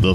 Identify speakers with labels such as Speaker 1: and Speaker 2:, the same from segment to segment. Speaker 1: The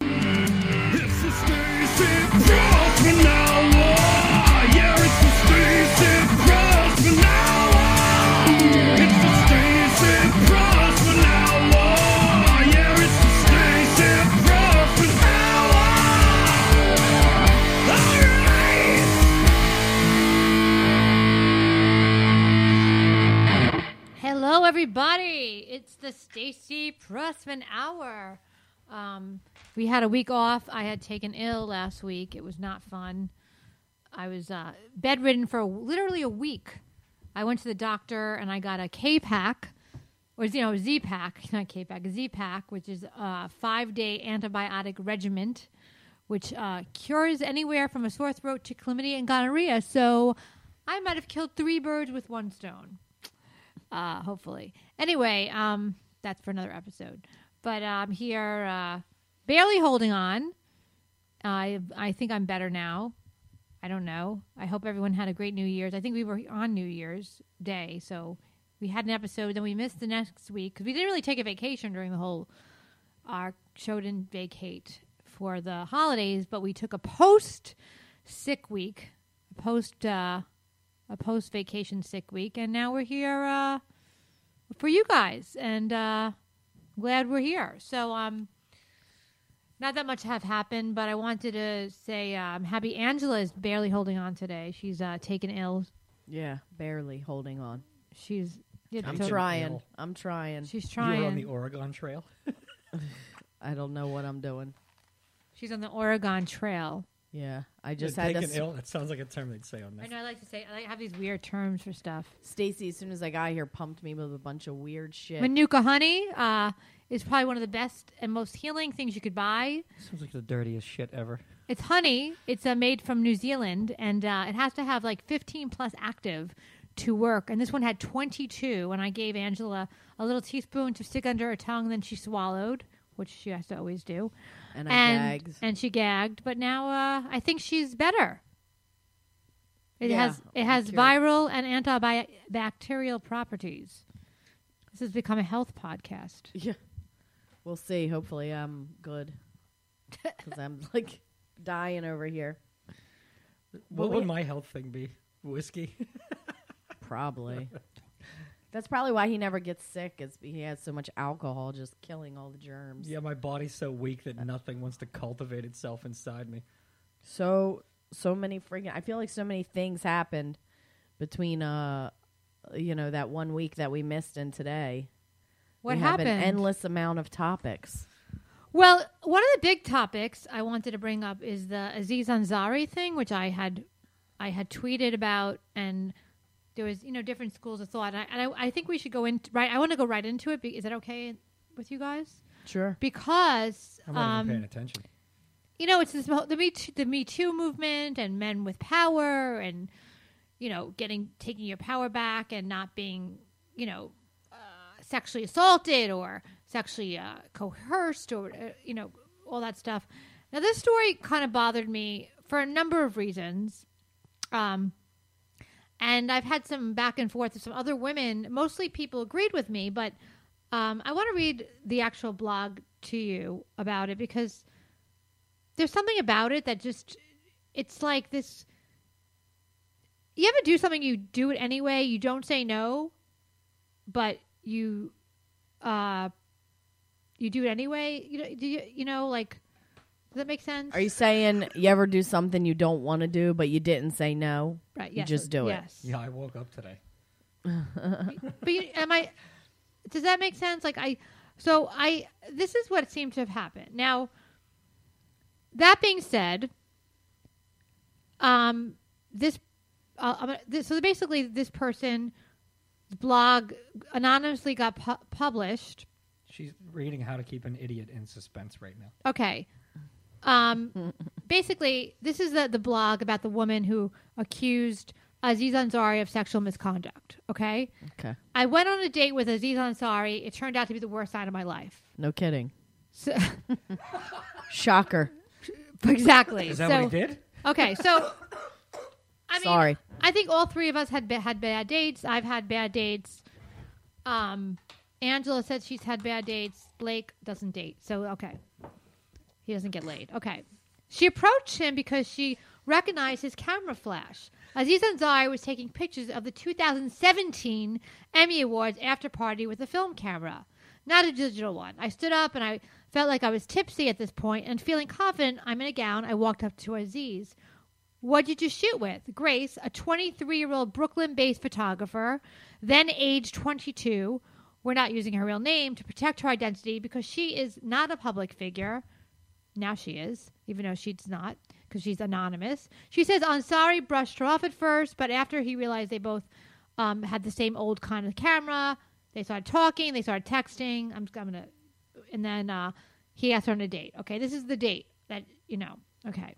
Speaker 2: It's the Stacy Broken Hour. Yeah, it's the Stacy Broken Hour. It's the Stacy Broken Hour. Yeah, it's the Stacy Broken Hour. All right.
Speaker 3: Hello, everybody. It's the Stacy Pressman Hour. Um, we had a week off. I had taken ill last week. It was not fun. I was uh, bedridden for literally a week. I went to the doctor and I got a K pack, or you know, Z pack, not K pack, Z pack, which is a five day antibiotic regimen, which uh, cures anywhere from a sore throat to chlamydia and gonorrhea. So I might have killed three birds with one stone uh, hopefully. Anyway, um, that's for another episode. But I'm here, uh, barely holding on. I I think I'm better now. I don't know. I hope everyone had a great New Year's. I think we were on New Year's Day, so we had an episode. Then we missed the next week because we didn't really take a vacation during the whole. Our show didn't vacate for the holidays, but we took a post sick week, a post uh, a post vacation sick week, and now we're here uh, for you guys, and uh, glad we're here. So um, not that much have happened, but I wanted to say um, happy Angela is barely holding on today. She's uh, taken ill.
Speaker 4: Yeah, barely holding on.
Speaker 3: She's
Speaker 4: I'm
Speaker 3: so-
Speaker 4: trying.
Speaker 5: ill.
Speaker 4: I'm trying.
Speaker 3: She's
Speaker 5: You
Speaker 3: trying.
Speaker 5: were on the Oregon Trail.
Speaker 4: I don't know what I'm doing.
Speaker 3: She's on the Oregon Trail.
Speaker 4: Yeah, I just
Speaker 5: You're
Speaker 4: had
Speaker 5: taken
Speaker 4: this.
Speaker 5: ill. That sounds like a term they'd say on
Speaker 3: I
Speaker 5: this.
Speaker 3: know. I like to say I have these weird terms for stuff.
Speaker 4: Stacy, as soon as I got here, pumped me with a bunch of weird shit.
Speaker 3: Manuka honey uh, is probably one of the best and most healing things you could buy.
Speaker 6: Sounds like the dirtiest shit ever.
Speaker 3: It's honey. It's uh, made from New Zealand, and uh, it has to have like 15 plus active to work. And this one had 22. And I gave Angela a little teaspoon to stick under her tongue, then she swallowed, which she has to always do.
Speaker 4: And I
Speaker 3: and,
Speaker 4: gagged.
Speaker 3: and she gagged. But now uh, I think she's better. It
Speaker 4: Yeah,
Speaker 3: has it
Speaker 4: I'm
Speaker 3: has
Speaker 4: curious.
Speaker 3: viral and antibacterial properties. This has become a health podcast.
Speaker 4: yeah, we'll see. Hopefully, I'm good because I'm like dying over here.
Speaker 5: What
Speaker 4: But
Speaker 5: would
Speaker 4: we-
Speaker 5: my health thing be? Whiskey?
Speaker 4: Probably. That's probably why he never gets sick. Is he has so much alcohol, just killing all the germs.
Speaker 5: yeah, my body's so weak that nothing wants to cultivate itself inside me.
Speaker 4: so so many freaking i feel like so many things happened between uh you know that one week that we missed and today
Speaker 3: What
Speaker 4: we
Speaker 3: happened?
Speaker 4: have an endless amount of topics
Speaker 3: Well, one of the big topics I wanted to bring up is the Aziz Ansari thing, which I had, I had tweeted about, and there was you know different schools of thought, and I, and I, I think we should go into right. I want to go right into it. Be, is that okay with you guys?
Speaker 4: sure
Speaker 3: Because
Speaker 5: I'm not
Speaker 3: um,
Speaker 5: even paying attention.
Speaker 3: you know, it's this, whole- the Me Too, the Me Too movement and men with power and you know, getting taking your power back and not being you know uh, sexually assaulted or sexually uh, coerced or uh, you know all that stuff. Now, this story kind of bothered me for a number of reasons. Um, and I've had some back and forth with some other women. Mostly people agreed with me, but um, I want to read the actual blog to you about it because there's something about it that just it's like this you ever do something you do it anyway you don't say no but you uh you do it anyway you know do you, you know like does that make sense
Speaker 4: are you saying you ever do something you don't want to do but you didn't say no
Speaker 3: right
Speaker 4: you just do it.
Speaker 3: yes
Speaker 5: Yeah, I woke up today.
Speaker 3: but you, am I? Does that make sense? Like I, so I. This is what seemed to have happened. Now, that being said, um, this, uh, I'm gonna- this so basically this person's blog anonymously got pu- published
Speaker 5: She's reading How to Keep an Idiot in Suspense right now.
Speaker 3: Okay. Um, basically, this is the, the blog about the woman who accused Aziz Ansari of sexual misconduct. Okay.
Speaker 4: Okay.
Speaker 3: I went on a date with Aziz Ansari. It turned out to be the worst night of my life.
Speaker 4: no kidding
Speaker 3: So,
Speaker 4: shocker
Speaker 3: Exactly.
Speaker 5: Is that
Speaker 3: so,
Speaker 5: what he did?
Speaker 3: Okay, so I mean,
Speaker 4: Sorry.
Speaker 3: I think all three of us had ba- had bad dates. I've had bad dates. Um, Angela said she's had bad dates. Blake doesn't date, so okay, he doesn't get laid. Okay, she approached him because she recognized his camera flash. Aziz Ansari was taking pictures of the 2017 Emmy Awards after party with a film camera, not a digital one. I stood up and I felt like I was tipsy at this point and feeling confident. I'm in a gown. I walked up to Aziz. What did you shoot with? Grace, a 23 year old Brooklyn based photographer, then age 22. We're not using her real name to protect her identity because she is not a public figure. Now she is, even though she's not, because she's anonymous. She says Ansari brushed her off at first, but after he realized they both um, had the same old kind of camera, they started talking, they started texting. I'm, I'm going to. And then uh, he asked her on a date. Okay, this is the date that, you know, okay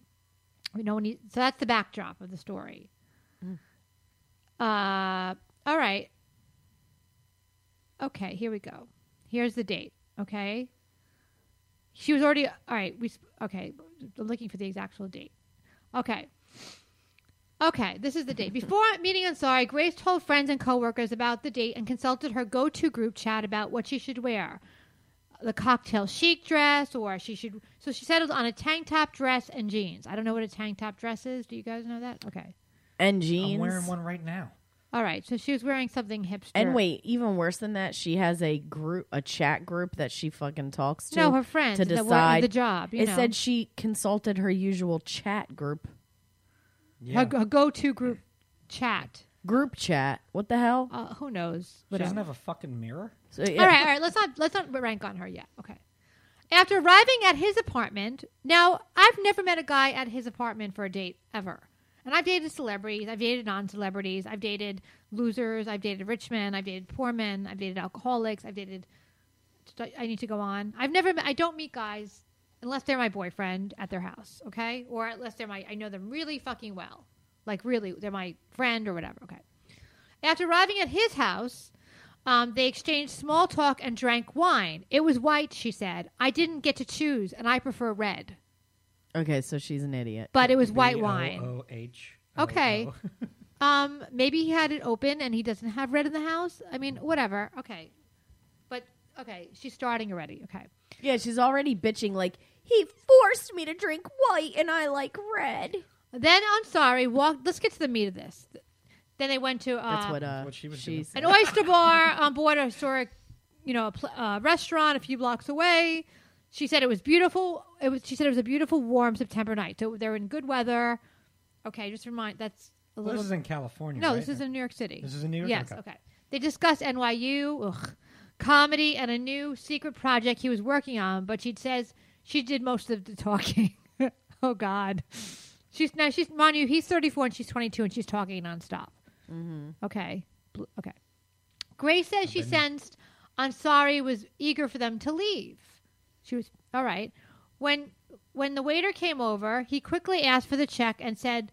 Speaker 3: you know when you so that's the backdrop of the story uh all right okay here we go here's the date okay she was already all right we sp- okay i'm looking for the actual date okay Okay, this is the date. Before meeting Ansari, Grace told friends and coworkers about the date and consulted her go-to group chat about what she should wear the cocktail chic dress or she should so she settled on a tank top dress and jeans i don't know what a tank top dress is do you guys know that okay
Speaker 4: and jeans.
Speaker 5: I'm wearing one right now.
Speaker 3: all right so she was wearing something hipster
Speaker 4: And wait, even worse than that, she has a group, a chat group that she fucking talks to.
Speaker 3: No, her friends
Speaker 4: to
Speaker 3: that
Speaker 4: decide
Speaker 3: were in the job, you
Speaker 4: it
Speaker 3: know.
Speaker 4: said she consulted her usual chat group,
Speaker 5: Yeah.
Speaker 3: her, her go-to group chat
Speaker 4: group chat. What the hell?
Speaker 3: uh, who knows
Speaker 5: She
Speaker 3: Whatever.
Speaker 5: doesn't have a fucking mirror.
Speaker 4: So, yeah.
Speaker 3: All right, all right. Let's not let's not rank on her yet. Okay. After arriving at his apartment, now I've never met a guy at his apartment for a date ever. And I've dated celebrities, I've dated non-celebrities, I've dated losers, I've dated rich men, I've dated poor men, I've dated alcoholics, I've dated. I need to go on. I've never. Met, I don't meet guys unless they're my boyfriend at their house, okay, or unless they're my. I know them really fucking well, like really, they're my friend or whatever, okay. After arriving at his house, um, they exchanged small talk and drank wine. It was white, she said. I didn't get to choose, and I prefer red,
Speaker 4: Okay, so she's an idiot.
Speaker 3: but it was white wine.
Speaker 5: B-O-O-H.
Speaker 3: Okay. Um, maybe he had it open and he doesn't have red in the house. I mean, whatever. Okay. But, okay, she's starting already. Okay.
Speaker 4: Yeah, she's already bitching like he forced me to drink white and I like red.
Speaker 3: Then Ansari walked. Let's get to the meat of this. Then they went to. Uh,
Speaker 4: That's what uh
Speaker 5: what she was
Speaker 4: she's
Speaker 3: an oyster bar on board a historic, you know, pl- uh, restaurant a few blocks away. She said it was beautiful. It was. She said it was a beautiful, warm September night. So they're in good weather. Okay, just remind. That's a
Speaker 5: Well,
Speaker 3: little.
Speaker 5: this is in California.
Speaker 3: no,
Speaker 5: right?
Speaker 3: this is in New York City.
Speaker 5: This is in New York?
Speaker 3: Yes.
Speaker 5: Okay.
Speaker 3: Okay. They discussed NYU, ugh, comedy, and a new secret project he was working on. But she says she did most of the talking. oh God. She's now she's mind you, he's thirty four and she's twenty two and she's talking nonstop. Okay. Bl- Okay. Grace says she sensed Ansari was eager for them to leave. She was all right. When when the waiter came over, he quickly asked for the check and said,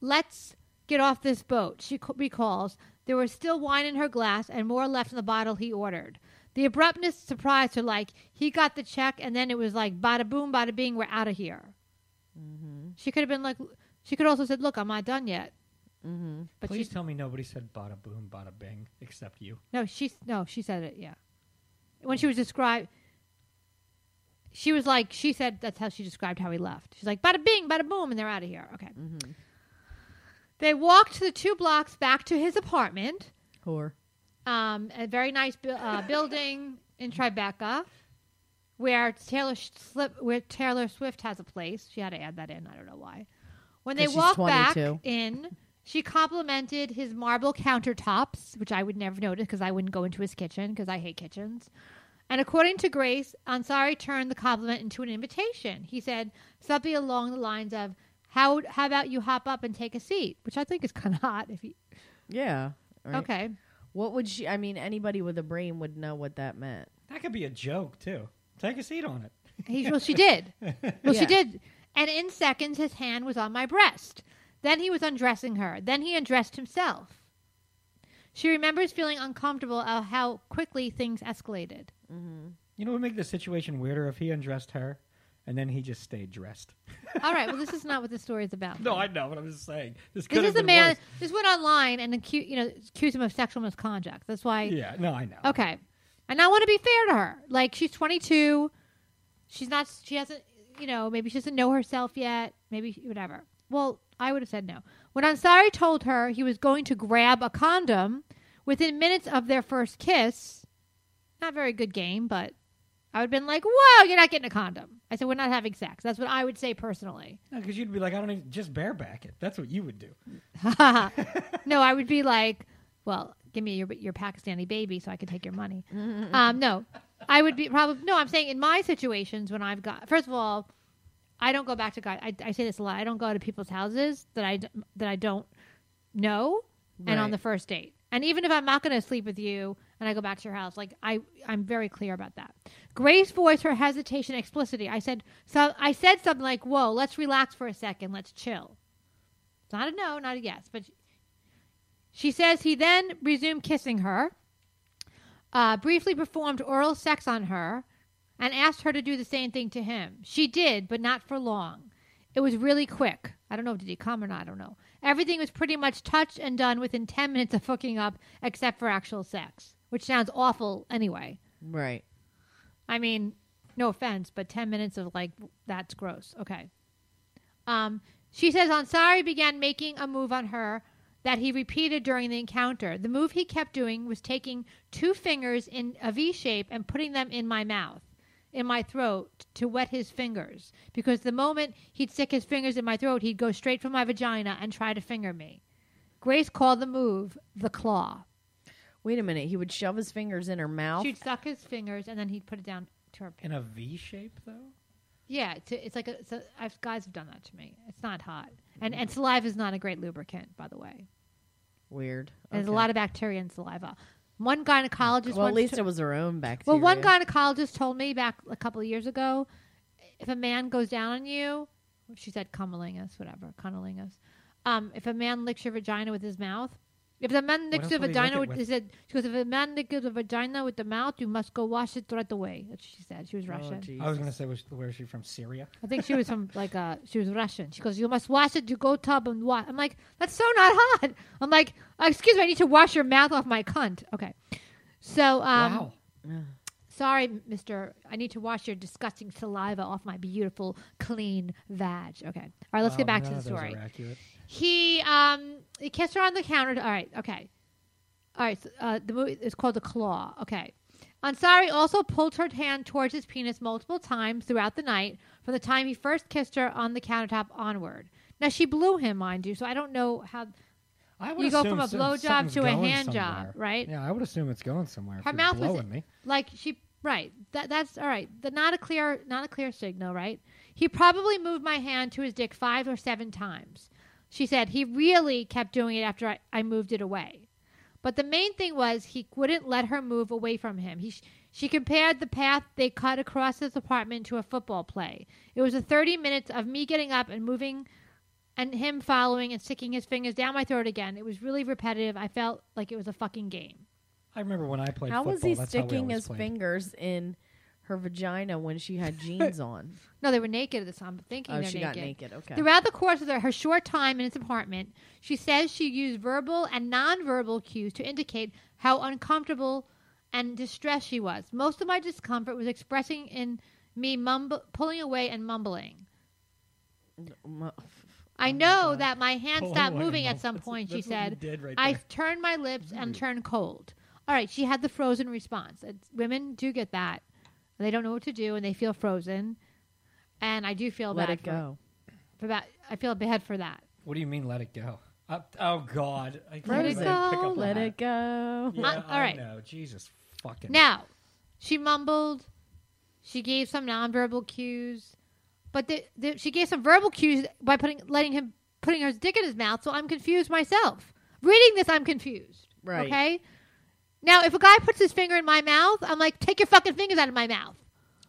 Speaker 3: "Let's get off this boat." She c- recalls there was still wine in her glass and more left in the bottle he ordered. The abruptness surprised her. Like he got the check, and then it was like bada boom, bada bing, we're out of here. She could have been like, she could also said, "Look, I'm not done yet." Mm-hmm. But
Speaker 5: Please
Speaker 3: she's
Speaker 5: tell me nobody said bada boom, bada bing, except you.
Speaker 3: no, she no, she said it. Yeah, when she was described, she was like she said that's how she described how he left. She's like bada bing, bada boom, and they're out of here. Okay. They walked the two blocks back to his apartment,
Speaker 4: whore.
Speaker 3: um, a very nice bu- uh, building in Tribeca, where Taylor Sh- slip, where Taylor Swift has a place. She had to add that in. I don't know why. When they
Speaker 4: 'Cause she's
Speaker 3: walked back
Speaker 4: 22.
Speaker 3: in, she complimented his marble countertops, which I would never notice because I wouldn't go into his kitchen because I hate kitchens. And according to Grace, Ansari turned the compliment into an invitation. He said something along the lines of, "How how about you hop up and take a seat?" Which I think is kind of hot. If you
Speaker 4: Yeah. right?
Speaker 3: okay,
Speaker 4: What would she I mean anybody with a brain would know what that meant.
Speaker 5: That could be a joke, too. Take a seat on it.
Speaker 3: He, well, she did. Well,
Speaker 4: Yeah.
Speaker 3: she did. And in seconds, his hand was on my breast. Then he was undressing her. Then he undressed himself. She remembers feeling uncomfortable of how quickly things escalated.
Speaker 5: You know what would make the situation weirder if he undressed her and then he just stayed dressed.
Speaker 3: All right. Well, this is not what the story is about.
Speaker 5: No, I know, but I'm just saying
Speaker 3: This
Speaker 5: this. could
Speaker 3: is
Speaker 5: have
Speaker 3: the
Speaker 5: been
Speaker 3: man.
Speaker 5: worse.
Speaker 3: This went online and accused, you know, accused him of sexual misconduct. That's why.
Speaker 5: Yeah, no, I know.
Speaker 3: Okay. And I want to be fair to her. Like she's 22. She's not. She hasn't. You know, maybe she doesn't know herself yet. Maybe whatever. Well, I would have said no. When Ansari told her he was going to grab a condom within minutes of their first kiss, not very good game, but I would have been like, "Whoa, you're not getting a condom." I said, "We're not having sex." That's what I would say personally.
Speaker 5: because you'd be like, I don't even just bareback it. That's what you would do.
Speaker 3: no, I would be like, well, give me your your Pakistani baby so I can take your money. um, no, I would be probably no. I'm saying in my situations when I've got first of all, I don't go back to guys. I, I say this a lot. I don't go to people's houses that I d- that I don't know, and on
Speaker 4: Right.
Speaker 3: the first date. And even if I'm not going to sleep with you, and I go back to your house, like I I'm very clear about that. Grace voiced her hesitation explicitly. I said so. I said something like, "Whoa, let's relax for a second. Let's chill." It's not a no, not a yes, but she says he then resumed kissing her, uh, briefly performed oral sex on her, and asked her to do the same thing to him. She did, but not for long. It was really quick. I don't know if did he come or not. I don't know. Everything was pretty much touched and done within ten minutes of hooking up, except for actual sex, which sounds awful anyway.
Speaker 4: Right.
Speaker 3: I mean, no offense, but 10 minutes of like, that's gross. Okay. Um, she says Ansari began making a move on her that he repeated during the encounter. The move he kept doing was taking two fingers in a V shape and putting them in my mouth, in my throat, to wet his fingers. Because the moment he'd stick his fingers in my throat, he'd go straight for my vagina and try to finger me. Grace called the move the claw.
Speaker 4: Wait a minute. He would shove his fingers in her mouth.
Speaker 3: She'd suck his fingers and then he'd put it down to her.
Speaker 5: In a V shape, though.
Speaker 3: Yeah, it's, it's like a, it's a, I've, guys have done that to me. It's not hot, and and saliva is not a great lubricant, by the way.
Speaker 4: Weird.
Speaker 3: There's a
Speaker 4: Okay.
Speaker 3: lot of bacteria in saliva. One gynecologist.
Speaker 4: Well, at
Speaker 3: once
Speaker 4: least
Speaker 3: to-
Speaker 4: it was her own bacteria.
Speaker 3: well, one gynecologist told me back a couple of years ago, if a man goes down on you, she said cunnilingus, whatever, cunnilingus. Um, if a man licks your vagina with his mouth, if the man licks
Speaker 5: else
Speaker 3: your
Speaker 5: would he lick
Speaker 3: vagina
Speaker 5: it
Speaker 3: with,
Speaker 5: with?
Speaker 3: is it, she goes, if a man licks your vagina with the mouth, you must go wash it right away. That's what she said. She was
Speaker 4: Oh,
Speaker 3: Russian.
Speaker 4: Jesus.
Speaker 5: I was gonna say, was, where is she from? Syria.
Speaker 3: I think she was from like uh she was Russian. She goes, "You must wash it. You go tub and wash." I'm like, "That's so not hot." I'm like, "Uh, "Excuse me, I need to wash your mouth off my cunt." Okay, so um,
Speaker 5: wow.
Speaker 3: sorry, Mister, I need to wash your disgusting saliva off my beautiful clean vag. Okay, all right, let's get back to the story. He um he kissed her on the counter. All right, okay. All right, so, uh, the movie is called The Claw. Okay. Ansari also pulled her hand towards his penis multiple times throughout the night from the time he first kissed her on the countertop onward. Now she blew him, mind you, so I don't know how
Speaker 5: I
Speaker 3: You go from a blowjob
Speaker 5: something's
Speaker 3: to a
Speaker 5: going
Speaker 3: hand job, right?
Speaker 5: Yeah, I would assume it's going somewhere. if
Speaker 3: her
Speaker 5: you're
Speaker 3: mouth
Speaker 5: blowing
Speaker 3: was
Speaker 5: me.
Speaker 3: like she right. That that's all right. The, not a clear not a clear signal, right? He probably moved my hand to his dick 5 or 7 times. She said he really kept doing it after I, I moved it away. But the main thing was he wouldn't let her move away from him. He, she compared the path they cut across his apartment to a football play. It was a 30 minutes of me getting up and moving and him following and sticking his fingers down my throat again. It was really repetitive. I felt like it was a fucking game.
Speaker 5: I remember when I played
Speaker 4: how
Speaker 5: football.
Speaker 4: was he
Speaker 5: that's how we
Speaker 4: sticking
Speaker 5: always
Speaker 4: his
Speaker 5: played.
Speaker 4: fingers in her vagina when she had jeans on?
Speaker 3: No, they were naked at the time. I'm thinking
Speaker 4: Oh,
Speaker 3: they're
Speaker 4: she
Speaker 3: naked.
Speaker 4: got naked. Okay.
Speaker 3: Throughout the course of their, her short time in his apartment, she says she used verbal and nonverbal cues to indicate how uncomfortable and distressed she was. Most of my discomfort was expressing in me mumble, pulling away and mumbling.
Speaker 4: Mu-
Speaker 3: I know that my hand
Speaker 5: Oh Pulling
Speaker 3: stopped
Speaker 5: away and
Speaker 3: moving at
Speaker 5: mumble-
Speaker 3: some
Speaker 5: that's-
Speaker 3: point, she
Speaker 5: that's what you
Speaker 3: said.
Speaker 5: did right
Speaker 3: I
Speaker 5: there.
Speaker 3: turned my lips and turned cold. All right, she had the frozen response. It's, women do get that. They don't know what to do and they feel frozen. And I do feel
Speaker 4: Let
Speaker 3: bad
Speaker 4: it
Speaker 3: for-
Speaker 4: go.
Speaker 3: for that. I feel bad for that.
Speaker 5: What do you mean, let it go? I, oh God! I can't
Speaker 4: Let it
Speaker 5: even pick up
Speaker 3: go,
Speaker 5: on
Speaker 4: Let
Speaker 5: that.
Speaker 4: it go.
Speaker 5: Yeah,
Speaker 3: Uh, all
Speaker 5: I
Speaker 3: right.
Speaker 5: know. Jesus fucking.
Speaker 3: Now, she mumbled. She gave some nonverbal cues, but the, the, she gave some verbal cues by putting letting him putting her dick in his mouth. So I'm confused myself. Reading this, I'm confused.
Speaker 4: Right.
Speaker 3: Okay. Now, if a guy puts his finger in my mouth, I'm like, take your fucking fingers out of my mouth.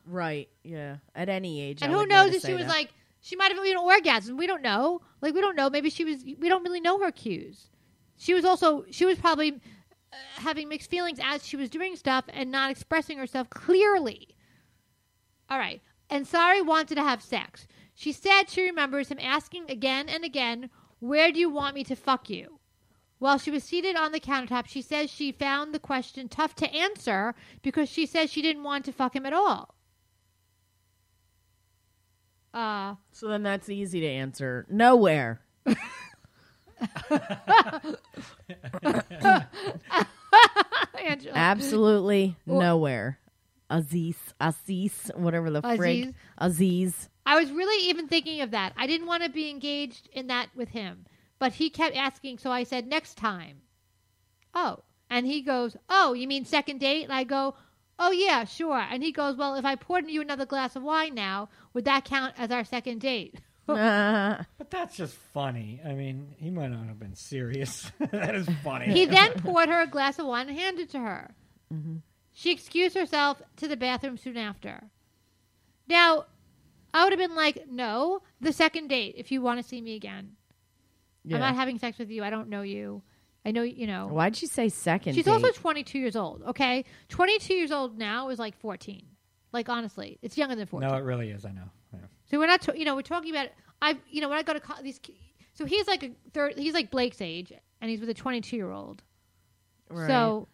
Speaker 4: Right. Yeah. At any age.
Speaker 3: And
Speaker 4: I
Speaker 3: who
Speaker 4: would
Speaker 3: knows
Speaker 4: to
Speaker 3: if she
Speaker 4: say
Speaker 3: was
Speaker 4: that.
Speaker 3: like, she might have even orgasmed. We don't know. Like, we don't know. Maybe she was, we don't really know her cues. She was also, she was probably uh, having mixed feelings as she was doing stuff and not expressing herself clearly. All right. Ansari wanted to have sex. She said she remembers him asking again and again, Where do you want me to fuck you? While she was seated on the countertop, she says she found the question tough to answer because she says she didn't want to fuck him at all. Uh,
Speaker 4: So then that's easy to answer. Nowhere.
Speaker 3: Angela.
Speaker 4: Absolutely nowhere. Aziz, Aziz, whatever the
Speaker 3: Aziz.
Speaker 4: frig. Aziz.
Speaker 3: I was really even thinking of that. I didn't want to be engaged in that with him, but he kept asking, so I said, next time. Oh. And he goes, Oh, you mean second date? And I go, Oh, yeah, sure. And he goes, Well, if I poured you another glass of wine now, would that count as our second date?
Speaker 4: Ah.
Speaker 5: But that's just funny. I mean, he might not have been serious. that is funny.
Speaker 3: He then poured her a glass of wine and handed it to her. She excused herself to the bathroom soon after. Now, I would have been like, No, the second date, if you want to see me again. I'm
Speaker 4: yeah.
Speaker 3: not having sex with you. I don't know you. I know, you know.
Speaker 4: Why'd she say second?
Speaker 3: She's
Speaker 4: date?
Speaker 3: also 22 years old, okay? 22 years old now is like 14. Like, honestly, it's younger than 14.
Speaker 5: no, it really is. I know. Yeah.
Speaker 3: So we're not, ta- you know, we're talking about I, you know, when I go to co- these, ki- so he's like a third, he's like Blake's age, and he's with a 22 year old.
Speaker 4: Right.
Speaker 3: So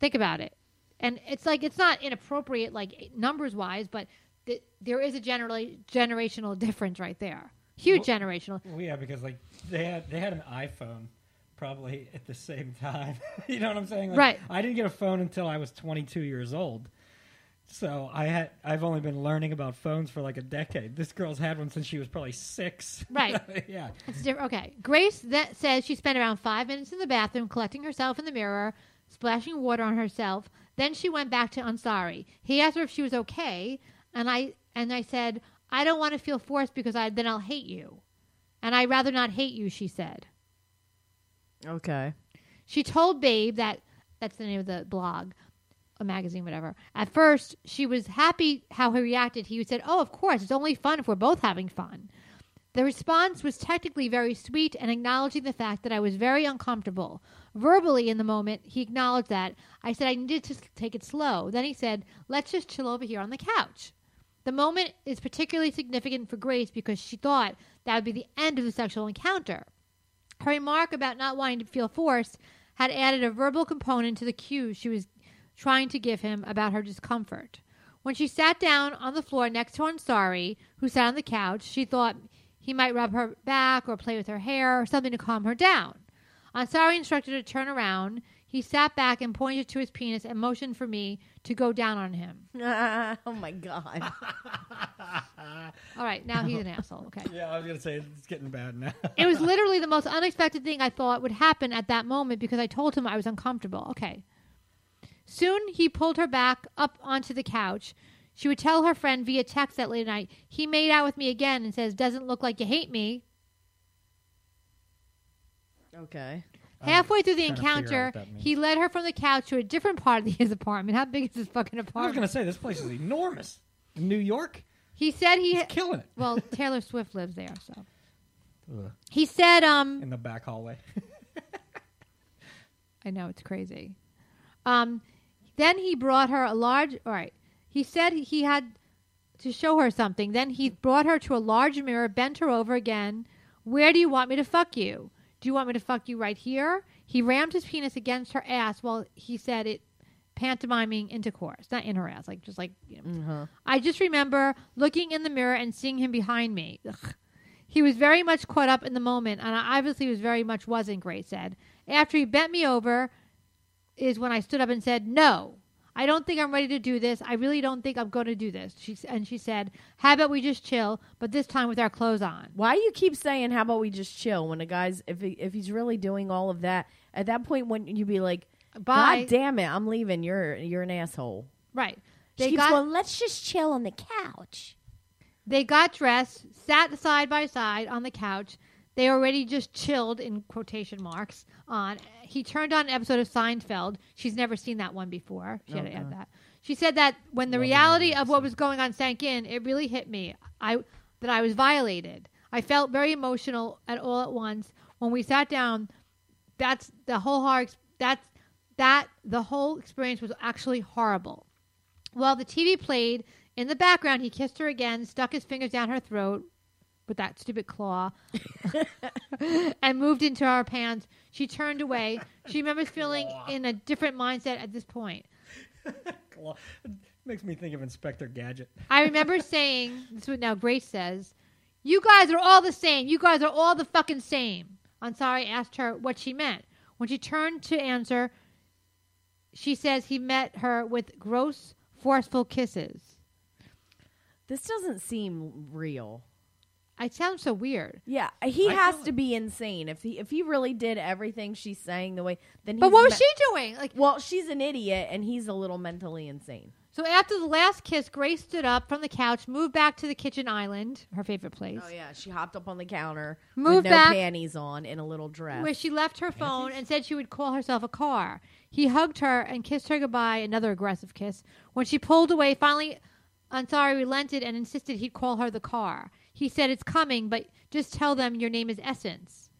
Speaker 3: think about it, and it's like it's not inappropriate, like numbers wise, but th- there is a generally generational difference right there, huge generational.
Speaker 5: Well, yeah, because like they had they had an iPhone probably at the same time. you know what I'm saying? Like,
Speaker 3: Right.
Speaker 5: I didn't get a phone until I was 22 years old. So I had I've only been learning about phones for like a decade. This girl's had one since she was probably six.
Speaker 3: Right.
Speaker 5: yeah.
Speaker 3: It's different. Okay. Grace that says she spent around five minutes in the bathroom collecting herself in the mirror, splashing water on herself. Then she went back to Ansari. He asked her if she was okay, and I and I said I don't want to feel forced because I then I'll hate you, and I would rather not hate you. She said.
Speaker 4: Okay.
Speaker 3: She told Babe that that's the name of the blog, a magazine, whatever. At first, she was happy how he reacted. He said, Oh, of course, it's only fun if we're both having fun. The response was technically very sweet and acknowledging the fact that I was very uncomfortable. Verbally, in the moment, he acknowledged that. I said I needed to s- take it slow. Then he said, Let's just chill over here on the couch. The moment is particularly significant for Grace because she thought that would be the end of the sexual encounter. Her remark about not wanting to feel forced had added a verbal component to the cues she was trying to give him about her discomfort. When she sat down on the floor next to Ansari, who sat on the couch, she thought he might rub her back or play with her hair or something to calm her down. Ansari instructed her to turn around. He sat back and pointed to his penis and motioned for me to go down on him.
Speaker 4: Ah, oh my god.
Speaker 3: All right, now he's an asshole. Okay.
Speaker 5: Yeah, I was gonna say it's getting bad now.
Speaker 3: It was literally the most unexpected thing I thought would happen at that moment because I told him I was uncomfortable. Okay. Soon he pulled her back up onto the couch. She would tell her friend via text that late night, he made out with me again and says, Doesn't look like you hate me.
Speaker 4: Okay.
Speaker 3: Halfway through the
Speaker 5: trying to figure out
Speaker 3: encounter,
Speaker 5: what that means.
Speaker 3: he led her from the couch to a different part of his apartment. How big is his fucking
Speaker 5: I was gonna
Speaker 3: apartment?
Speaker 5: say this place is enormous. New York,
Speaker 3: He said he.
Speaker 5: killing it
Speaker 3: Well, Taylor Swift lives there, so.
Speaker 5: Ugh.
Speaker 3: He said, um.
Speaker 5: in the back hallway.
Speaker 3: I know it's crazy. Um, then he brought her a large. All right, he said he had to show her something. Then he brought her to a large mirror, bent her over again. Where do you want me to fuck you? Do you want me to fuck you right here? He rammed his penis against her ass while he said it, pantomiming intercourse, not in her ass, like just like. You know. I just remember looking in the mirror and seeing him behind me. Ugh. He was very much caught up in the moment, and I obviously was very much wasn't, Gray said. After he bent me over is when I stood up and said, No, I don't think I'm ready to do this. I really don't think I'm going to do this. She, s- and she said, How about we just chill, but this time with our clothes on?
Speaker 4: Why do you keep saying how about we just chill when a guy's if he, if he's really doing all of that at that point wouldn't you be like
Speaker 3: Bye.
Speaker 4: God damn it, I'm leaving. You're you're an asshole.
Speaker 3: Right.
Speaker 4: She
Speaker 3: They
Speaker 4: keeps
Speaker 3: got,
Speaker 4: going, let's just chill on the couch.
Speaker 3: they got dressed, sat side by side on the couch. They already just chilled, in quotation marks, on. He turned on an episode of Seinfeld. She's never seen that one before. She had to add that. She said that when the reality of what was going on sank in, it really hit me. I that I was violated. I felt very emotional at all at once. When we sat down, that's the whole hard ex- that's that the whole experience was actually horrible. While the TV played In the background, he kissed her again, stuck his fingers down her throat with that stupid claw, and moved into our pants. She turned away. She remembers feeling in a different mindset at this point.
Speaker 5: Well, it makes me think of Inspector Gadget.
Speaker 3: I remember saying, this is what now Grace says, you guys are all the same. You guys are all the fucking same. Ansari asked her what she meant. When she turned to answer, she says he met her with gross, forceful kisses.
Speaker 4: This doesn't seem real.
Speaker 3: I sound so weird.
Speaker 4: Yeah, he
Speaker 5: I
Speaker 4: has
Speaker 5: feel-
Speaker 4: to be insane. If he if he really did everything she's saying the way, then
Speaker 3: But
Speaker 4: he's
Speaker 3: what was
Speaker 4: me-
Speaker 3: she doing? Like,
Speaker 4: Well, she's an idiot, and he's a little mentally insane.
Speaker 3: so after the last kiss, Grace stood up from the couch, moved back to the kitchen island, her favorite place,
Speaker 4: Oh yeah, she hopped up on the counter
Speaker 3: Move
Speaker 4: with no
Speaker 3: back.
Speaker 4: panties on in a little dress.
Speaker 3: where she left her phone and said she would call herself a car. He hugged her and kissed her goodbye, another aggressive kiss. When she pulled away, finally, Ansari relented and insisted he'd call her the car. He said, It's coming, but just tell them your name is Essence.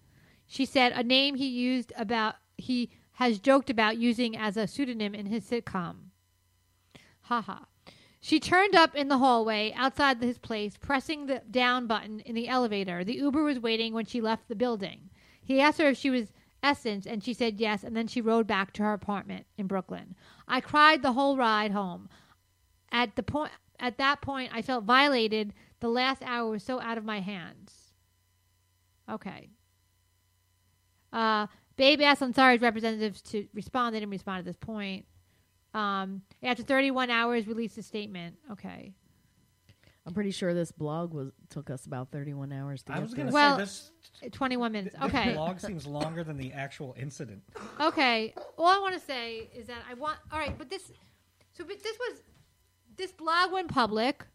Speaker 3: She said a name he used about, he has joked about using as a pseudonym in his sitcom. Ha ha. She turned up in the hallway outside his place, pressing the down button in the elevator. The Uber was waiting when she left the building. He asked her if she was Essence, and she said yes, and then she rode back to her apartment in Brooklyn. I cried the whole ride home. At the point at that point I felt violated. The last hour was so out of my hands. Okay. Uh Babe asked Ansari's representatives to respond. They didn't respond at this point. Um, after 31 hours, released a statement. Okay.
Speaker 4: I'm pretty sure this blog was took us about 31 hours to
Speaker 5: I
Speaker 4: get
Speaker 5: was
Speaker 4: through.
Speaker 5: going to
Speaker 3: Well,
Speaker 5: say this.
Speaker 3: 21 Uh, minutes.
Speaker 5: This
Speaker 3: Okay.
Speaker 5: blog seems longer than the actual incident.
Speaker 3: Okay. All I want to say is that I want. All right, but this. So, but this was. This blog went public,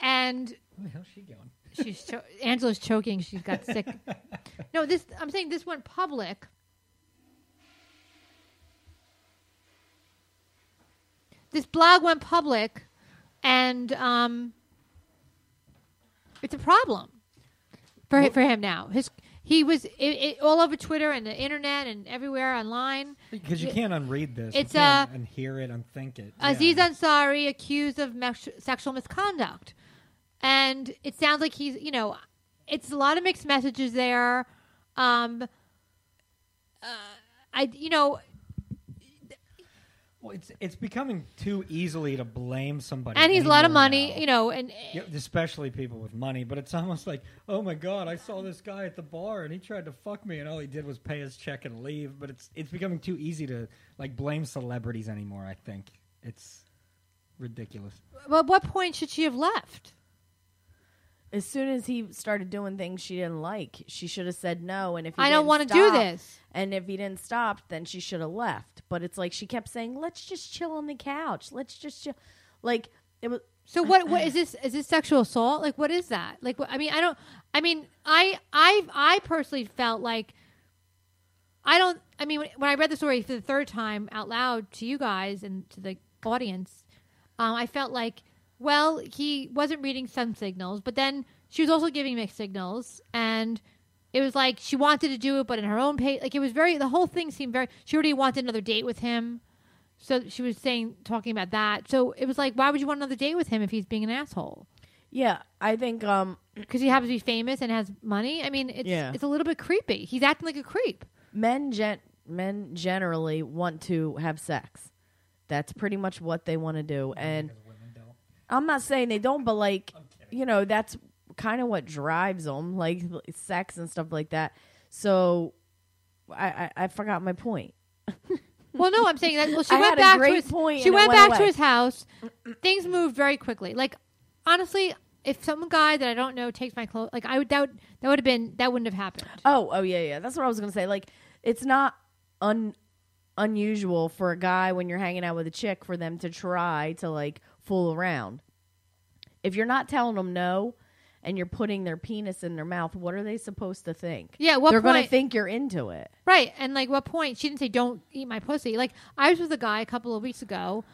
Speaker 3: and
Speaker 5: Where the hell's she going?
Speaker 3: she's cho- Angela's choking. She's got sick. No, this. I'm saying this went public. This blog went public, and um, it's a problem for hi- for him now. His he was it, it, all over Twitter and the internet and everywhere online.
Speaker 5: Because you can't unread this.
Speaker 3: It's,
Speaker 5: you can't
Speaker 3: uh,
Speaker 5: unhear it, unthink it.
Speaker 3: Aziz
Speaker 5: Yeah.
Speaker 3: Ansari accused of mesh- sexual misconduct. And it sounds like he's, you know, it's a lot of mixed messages there. Um, uh, I, you know,
Speaker 5: Well, it's it's becoming too easily to blame somebody.
Speaker 3: and he's a lot of
Speaker 5: anymore
Speaker 3: money,
Speaker 5: now.
Speaker 3: you know, and
Speaker 5: Yeah, especially people with money. But it's almost like, oh my god, I saw this guy at the bar and he tried to fuck me, and all he did was pay his check and leave. But it's it's becoming too easy to like blame celebrities anymore. I think it's ridiculous.
Speaker 3: well, at what point should she have left?
Speaker 4: as soon as he started doing things she didn't like, she should have said no. And if he
Speaker 3: I don't
Speaker 4: didn't
Speaker 3: wanna do
Speaker 4: stop-
Speaker 3: this.
Speaker 4: and if he didn't stop, then she should have left. But it's like she kept saying, "Let's just chill on the couch. Let's just chill." Like it was.
Speaker 3: So what? What is this? Is this sexual assault? Like, what is that? Like, what, I mean, I don't. I mean, I, I, I personally felt like I don't. I mean, when, when I read the story for the third time out loud to you guys and to the audience, um, I felt like, well, he wasn't reading some signals, but then she was also giving mixed signals, and it was like she wanted to do it, but in her own pace. Like, it was very. The whole thing seemed very. She already wanted another date with him. So she was saying, talking about that. So it was like, why would you want another date with him if he's being an asshole?
Speaker 4: Yeah, I think. Um,
Speaker 3: Because he happens to be famous and has money. I mean, it's
Speaker 4: Yeah.
Speaker 3: it's a little bit creepy. He's acting like a creep.
Speaker 4: men gen- men generally want to have sex. That's pretty much what they want to do. And I'm not saying they don't, but like you know, that's kind of what drives them, like sex and stuff like that. So I I, I forgot my point.
Speaker 3: Well, no, I'm saying that. Well, she
Speaker 4: I
Speaker 3: went
Speaker 4: had a
Speaker 3: back to
Speaker 4: great
Speaker 3: his.
Speaker 4: point
Speaker 3: she
Speaker 4: and it
Speaker 3: went
Speaker 4: went
Speaker 3: back to
Speaker 4: away.
Speaker 3: his house. Things moved very quickly. Like honestly, if some guy that I don't know takes my clothes, like I would that would, that would have been that wouldn't have happened.
Speaker 4: Oh, oh yeah, yeah. That's what I was gonna say. Like, it's not un unusual for a guy when you're hanging out with a chick for them to try to like fool around. If you're not telling them no, and you're putting their penis in their mouth, what are they supposed to think?
Speaker 3: Yeah, what
Speaker 4: they're gonna
Speaker 3: point-
Speaker 4: think you're into it.
Speaker 3: Right. And like what point? She didn't say don't eat my pussy. Like I was with a guy a couple of weeks ago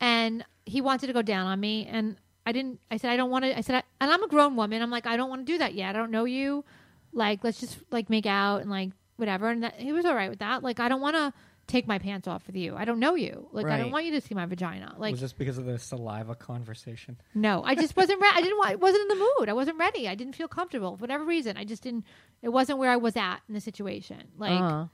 Speaker 3: and he wanted to go down on me and I didn't I said I don't want to I said I, and I'm a grown woman. I'm like I don't want to do that yet. I don't know you. Like let's just like make out and like whatever and that, he was all right with that. Like I don't want to take my pants off with you. I don't know you. Like I don't
Speaker 4: Right.
Speaker 3: want you to see my vagina. Like
Speaker 5: was this because of the saliva conversation?
Speaker 3: no, I just wasn't. Re- I didn't. Want, I wasn't in the mood. I wasn't ready. I didn't feel comfortable for whatever reason. I just didn't. It wasn't where I was at in the situation. Like,
Speaker 4: Uh-huh.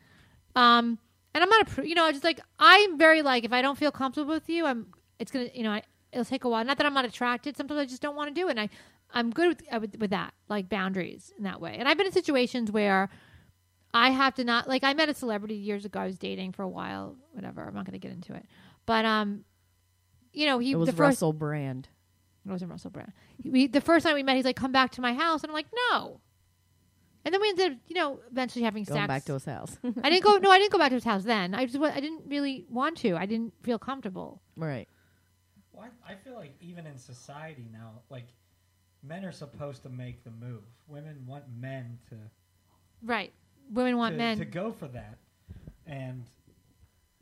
Speaker 3: um, and I'm not a. Pr- you know, I just like I'm very like if I don't feel comfortable with you, I'm. It's gonna. You know, I, it'll take a while. Not that I'm not attracted. Sometimes I just don't want to do it. And I, I'm good with, uh, with with that. Like boundaries in that way. And I've been in situations where. I have to not like I met a celebrity years ago. I was dating for a while, whatever. I'm not going to get into it, but um, you know, he
Speaker 4: It was
Speaker 3: the first
Speaker 4: Russell Brand.
Speaker 3: it wasn't Russell Brand. We, the first time we met, he's like, "Come back to my house," and I'm like, "No." And then we ended up, you know, eventually having
Speaker 4: Going
Speaker 3: sex.
Speaker 4: back to his house.
Speaker 3: I didn't go. No, I didn't go back to his house then. I just, wa- I didn't really want to. I didn't feel comfortable.
Speaker 4: right.
Speaker 5: Well, I, I feel like even in society now, like men are supposed to make the move. Women want men to
Speaker 3: Right. Women want
Speaker 5: to,
Speaker 3: men.
Speaker 5: to go for that, and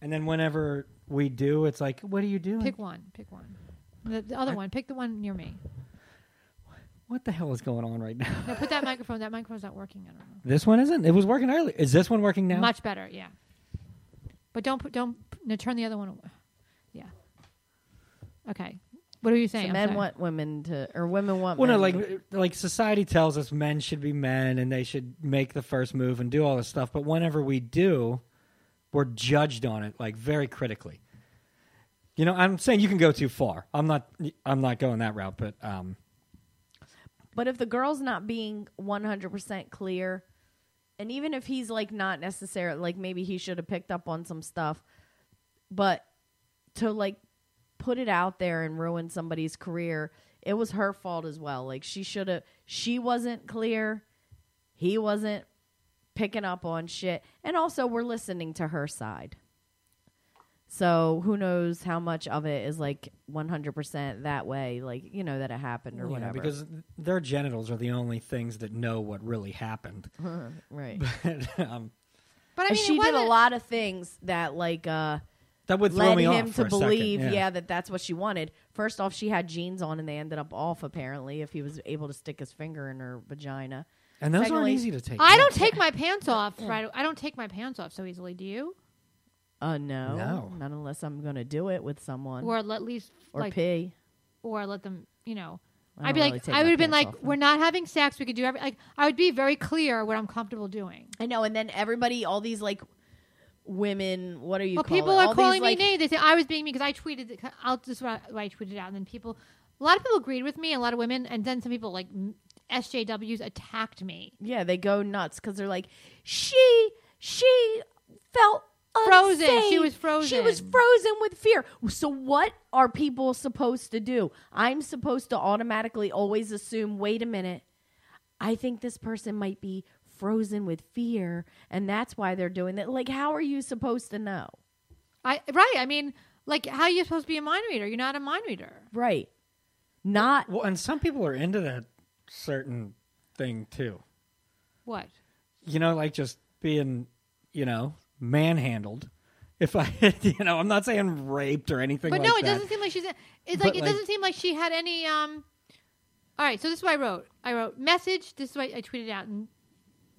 Speaker 5: and then whenever we do, it's like, what are you doing?
Speaker 3: Pick one. Pick one. The, the other one. Pick the one near me.
Speaker 5: What the hell is going on right now?
Speaker 3: No, put that microphone. That microphone's not working. I don't know.
Speaker 5: This one isn't. It was working earlier. Is this one working now?
Speaker 3: Much better. Yeah. But don't put. Don't no, turn the other one. away. Yeah. Okay. What are you saying?
Speaker 4: So
Speaker 3: I'm
Speaker 4: men
Speaker 3: sorry.
Speaker 4: want women to, or women want
Speaker 5: Well, no,
Speaker 4: men.
Speaker 5: like like society tells us men should be men and they should make the first move and do all this stuff. But whenever we do, we're judged on it like very critically. You know, I'm saying you can go too far. I'm not. I'm not going that route. But um,
Speaker 4: But if the girl's not being 100% clear, and even if he's like not necessarily, like maybe he should have picked up on some stuff, but to like put it out there and ruin somebody's career, it was her fault as well. Like she should have, she wasn't clear, he wasn't picking up on shit. And also, we're listening to her side. So who knows how much of it is like 100% that way, like, you know, that it happened or
Speaker 5: you know,
Speaker 4: whatever.
Speaker 5: because their genitals are the only things that know what really happened.
Speaker 4: right.
Speaker 5: um,
Speaker 3: But I mean,
Speaker 4: And
Speaker 3: it
Speaker 4: she did a
Speaker 3: wasn't-
Speaker 4: lot of things that like uh
Speaker 5: that would throw
Speaker 4: led
Speaker 5: me
Speaker 4: him
Speaker 5: off for
Speaker 4: to
Speaker 5: a second,
Speaker 4: believe yeah.
Speaker 5: yeah.
Speaker 4: that that's what she wanted first off she had jeans on and they ended up off apparently if he was able to stick his finger in her vagina
Speaker 5: and those aren't
Speaker 4: Secondly-
Speaker 5: easy to take.
Speaker 3: I don't take my pants off. Right, I don't take my pants off so easily. Do you?
Speaker 4: uh no,
Speaker 5: No.
Speaker 4: not unless i'm gonna do it with someone
Speaker 3: Or let- at least
Speaker 4: or
Speaker 3: like,
Speaker 4: pee
Speaker 3: or let them. You know,
Speaker 4: I
Speaker 3: I'd be
Speaker 4: don't really
Speaker 3: like,
Speaker 4: take
Speaker 3: I
Speaker 4: my
Speaker 3: would have been
Speaker 4: pants
Speaker 3: like,
Speaker 4: off,
Speaker 3: we're not having sex. We could do every. Like, I would be very clear what I'm comfortable doing.
Speaker 4: i know and then everybody all these like women what are you
Speaker 3: Well,
Speaker 4: call
Speaker 3: people are
Speaker 4: it? All these,
Speaker 3: calling
Speaker 4: like,
Speaker 3: me names. They say I was being me because I tweeted. it- I'll just what I- what I tweeted out, and then people. A lot of people agreed with me, and a lot of women, and then some people like m- SJWs attacked me.
Speaker 4: yeah they go nuts because they're like she she felt
Speaker 3: Frozen. She
Speaker 4: unsafe.
Speaker 3: was frozen.
Speaker 4: she was frozen with fear so what are people supposed to do i'm supposed to automatically always assume wait a minute i think this person might be frozen with fear and that's why they're doing that like how are you supposed to know
Speaker 3: I right. I mean, like, how are you supposed to be a mind reader? You're not a mind reader.
Speaker 4: right not
Speaker 5: Well, and some people are into that certain thing too.
Speaker 3: What?
Speaker 5: you know, like just being, you know, manhandled. If I, you know, I'm not saying raped or anything
Speaker 3: But
Speaker 5: like
Speaker 3: no, it
Speaker 5: that.
Speaker 3: doesn't seem like she's. It's
Speaker 5: But,
Speaker 3: like it
Speaker 5: like-
Speaker 3: doesn't seem like she had any. Um. All right, so this is what I wrote. I wrote message. This is what I tweeted out, and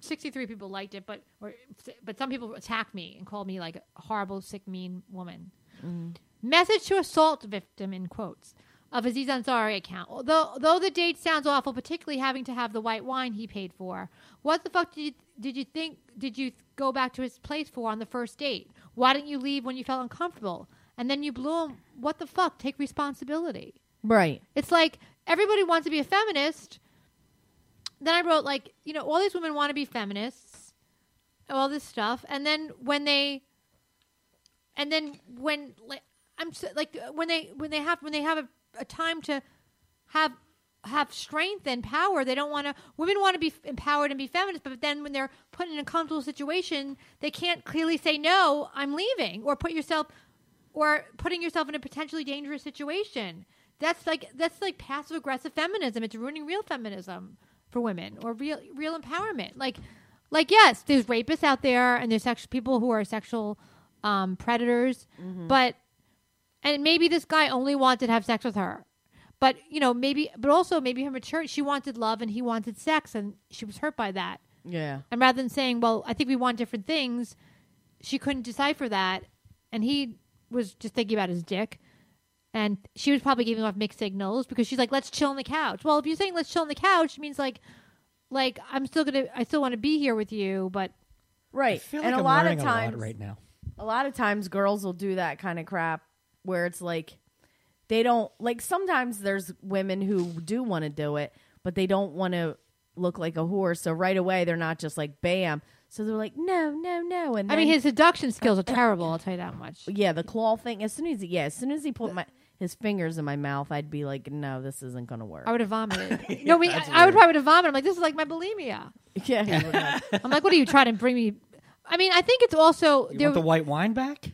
Speaker 3: 63 people liked it, but or but some people attacked me and called me like a horrible, sick, mean woman. Message to assault victim in quotes of Aziz Ansari account. Though though the date sounds awful, particularly having to have the white wine he paid for. What the fuck did you did you think did you go back to his place for on the first date? Why didn't you leave when you felt uncomfortable? And then you blew him. What the fuck? Take responsibility.
Speaker 4: right
Speaker 3: It's like everybody wants to be a feminist. Then I wrote like, you know, all these women want to be feminists, all this stuff, and then when they, and then when like I'm so, like when they when they have when they have a, a time to have have strength and power they don't want to women want to be empowered and be feminist but then when they're put in a comfortable situation they can't clearly say no i'm leaving or put yourself or putting yourself in a potentially dangerous situation that's like that's like passive aggressive feminism it's ruining real feminism for women or real real empowerment like like yes there's rapists out there and there's sex- people who are sexual um, predators but and maybe this guy only wanted to have sex with her but you know maybe but also maybe her maturity she wanted love and he wanted sex and she was hurt by that
Speaker 4: yeah
Speaker 3: and rather than saying well i think we want different things she couldn't decipher that, and he was just thinking about his dick. And she was probably giving off mixed signals because she's like, "Let's chill on the couch." Well, if you're saying "let's chill on the couch," it means like, like I'm still gonna, I still want to be here with you, but
Speaker 4: Right.
Speaker 5: I feel
Speaker 4: and
Speaker 5: like
Speaker 4: a
Speaker 5: I'm
Speaker 4: lot of
Speaker 5: learning
Speaker 4: times
Speaker 5: a lot right now.
Speaker 4: a lot of times girls will do that kind of crap where it's like they don't like sometimes there's women who do want to do it but they don't want to look like a whore so right away they're not just like bam so they're like no no no and
Speaker 3: I mean,
Speaker 4: then-
Speaker 3: his seduction skills are terrible. I'll tell you that much.
Speaker 4: yeah the claw thing as soon as he yeah as soon as he put my his fingers in my mouth i'd be like no this isn't gonna work
Speaker 3: I would have vomited. no, I mean, I, I would probably have vomited. I'm like, this is like my bulimia.
Speaker 4: yeah
Speaker 3: I'm like, what are you trying to bring me? I mean, I think it's also
Speaker 5: You
Speaker 3: there.
Speaker 5: want the white wine back?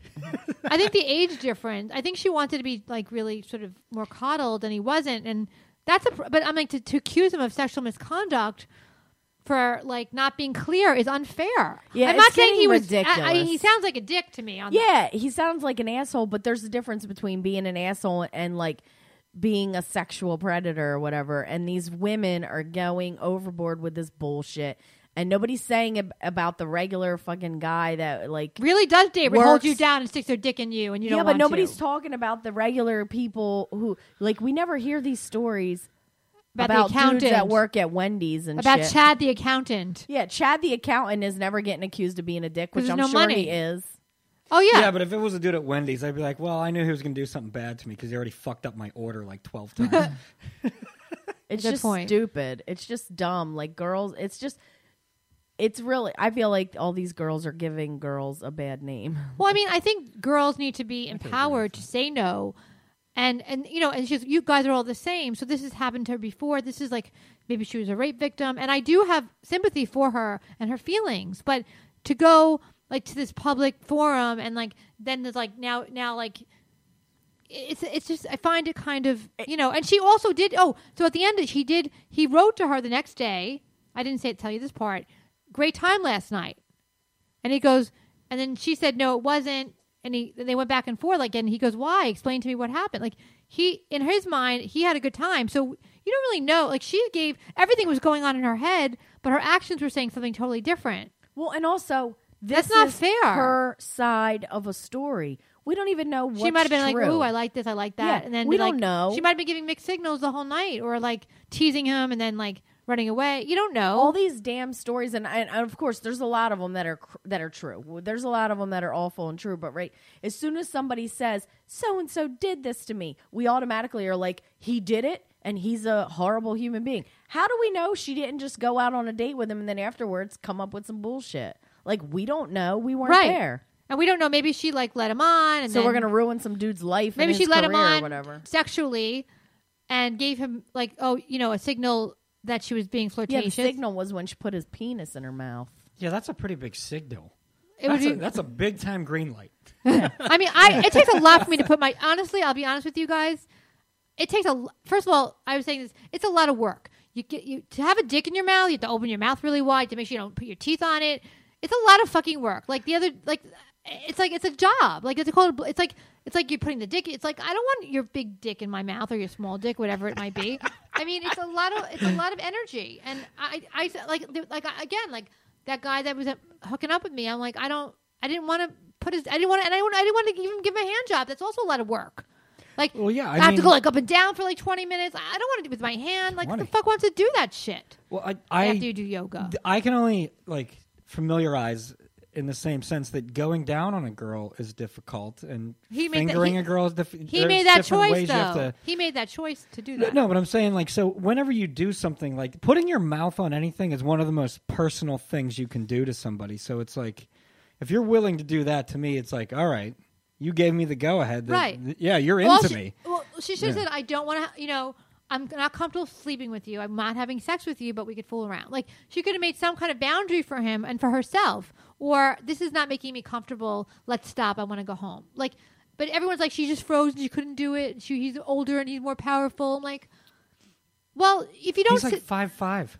Speaker 3: I think the age difference. I think she wanted to be like really sort of more coddled, and he wasn't. And that's a. pr- But I'm like to, to accuse him of sexual misconduct for like not being clear is unfair.
Speaker 4: Yeah,
Speaker 3: I'm not
Speaker 4: it's
Speaker 3: saying he
Speaker 4: getting
Speaker 3: was. I, I mean,
Speaker 4: ridiculous.
Speaker 3: he sounds like a dick to me. On the-
Speaker 4: Yeah, he sounds like an asshole, but there's a difference between being an asshole and like being a sexual predator or whatever. And these women are going overboard with this bullshit. And nobody's saying ab- about the regular fucking guy that like
Speaker 3: really does David hold
Speaker 4: Works.
Speaker 3: you down and sticks their dick in you, and you
Speaker 4: yeah,
Speaker 3: don't.
Speaker 4: but
Speaker 3: want
Speaker 4: nobody's
Speaker 3: to.
Speaker 4: talking about the regular people who like we never hear these stories
Speaker 3: about, the
Speaker 4: dudes
Speaker 3: accountant
Speaker 4: that work at Wendy's and
Speaker 3: about
Speaker 4: shit.
Speaker 3: Chad the accountant.
Speaker 4: Yeah, Chad the accountant is never getting accused of being a dick,
Speaker 3: 'Cause
Speaker 4: which
Speaker 3: there's
Speaker 4: I'm
Speaker 3: no
Speaker 4: sure
Speaker 3: money.
Speaker 4: he is.
Speaker 3: Oh yeah,
Speaker 5: Yeah. but if it was a dude at Wendy's, I'd be like, well, I knew he was going to do something bad to me because he already fucked up my order like 12 times.
Speaker 4: It's
Speaker 3: Good
Speaker 4: just
Speaker 3: point.
Speaker 4: stupid. It's just dumb. Like girls, it's just it's really I feel like all these girls are giving girls a bad name.
Speaker 3: Well, I mean, I think girls need to be empowered to say no, and and you know, and she's you guys are all the same. So this has happened to her before. This is like maybe she was a rape victim, and I do have sympathy for her and her feelings. But to go like to this public forum and like then there's like now now like it's it's just I find it kind of you know. And she also did. Oh, so at the end, she did. He wrote to her the next day. I didn't say tell you this part. Great time last night. And he goes, and then she said, no, it wasn't. And he, and they went back and forth. Like, and he goes, why? Explain to me what happened. Like, he, in his mind, he had a good time. So you don't really know. Like, she gave everything was going on in her head, but her actions were saying something totally different.
Speaker 4: Well, and also this
Speaker 3: That's not
Speaker 4: is
Speaker 3: fair.
Speaker 4: her side of a story. We don't even know what
Speaker 3: she might have been like, ooh, I like this, I like that.
Speaker 4: Yeah,
Speaker 3: and then
Speaker 4: we
Speaker 3: be like,
Speaker 4: don't know.
Speaker 3: She might have been giving mixed signals the whole night or like teasing him and then like running away. You don't know.
Speaker 4: all these damn stories and, and and of course there's a lot of them that are cr- that are true. There's a lot of them that are awful and true, but right as soon as somebody says so and so did this to me, we automatically are like he did it and he's a horrible human being. How do we know she didn't just go out on a date with him and then afterwards come up with some bullshit? Like we don't know. We weren't
Speaker 3: right.
Speaker 4: there.
Speaker 3: And we don't know. Maybe she like let him on. And
Speaker 4: So we're
Speaker 3: then-
Speaker 4: going to ruin some dude's life and
Speaker 3: maybe she
Speaker 4: his
Speaker 3: let him
Speaker 4: career
Speaker 3: on
Speaker 4: or whatever.
Speaker 3: sexually and gave him like oh you know a signal that she was being
Speaker 4: Yeah, the
Speaker 3: flirtatious
Speaker 4: signal was when she put his penis in her mouth.
Speaker 5: yeah, that's a pretty big signal.
Speaker 3: it would
Speaker 5: that's,
Speaker 3: be,
Speaker 5: a, that's a big time green light.
Speaker 3: i mean i it takes a lot for me to put my honestly i'll be honest with you guys it takes a l- first of all i was saying this it's a lot of work you get you to have a dick in your mouth you have to open your mouth really wide to make sure you don't put your teeth on it it's a lot of fucking work like the other like it's like it's a job like it's called it's like it's like you're putting the dick it's like i don't want your big dick in my mouth or your small dick whatever it might be i mean it's a lot of it's a lot of energy and i i like the- like I- again like that guy that was uh, hooking up with me i'm like i don't i didn't want to put his i didn't want to and i, don't- I didn't want to even give him a hand job that's also a lot of work like
Speaker 5: Well, yeah, I
Speaker 3: have to
Speaker 5: mean-
Speaker 3: go like up and down for like 20 minutes. I I don't want to do it with my hand. Like, who the
Speaker 5: 20?
Speaker 3: fuck wants to do that shit
Speaker 5: Well, I, I
Speaker 3: after you do yoga?
Speaker 5: th- I can only like familiarize in the same sense that going down on a girl is difficult and
Speaker 3: He made that-
Speaker 5: fingering
Speaker 3: he-
Speaker 5: a girl is difficult.
Speaker 3: he made that choice, though. he made that choice to do that.
Speaker 5: No, but I'm saying like so whenever you do something like putting your mouth on anything is one of the most personal things you can do to somebody. So it's like if you're willing to do that to me, it's like, all right, you gave me the go ahead.
Speaker 3: Right.
Speaker 5: yeah, you're
Speaker 3: Well,
Speaker 5: into
Speaker 3: she,
Speaker 5: me.
Speaker 3: Well, she should have
Speaker 5: Yeah.
Speaker 3: said, "I don't want to." You know, I'm not comfortable sleeping with you. I'm not having sex with you, but we could fool around. Like she could have made some kind of boundary for him and for herself, or this is not making me comfortable. Let's stop. I want to go home. Like, but everyone's like, she just froze and she couldn't do it. She he's older and he's more powerful. I'm like, well, if you don't,
Speaker 5: He's like
Speaker 3: sit-
Speaker 5: five five.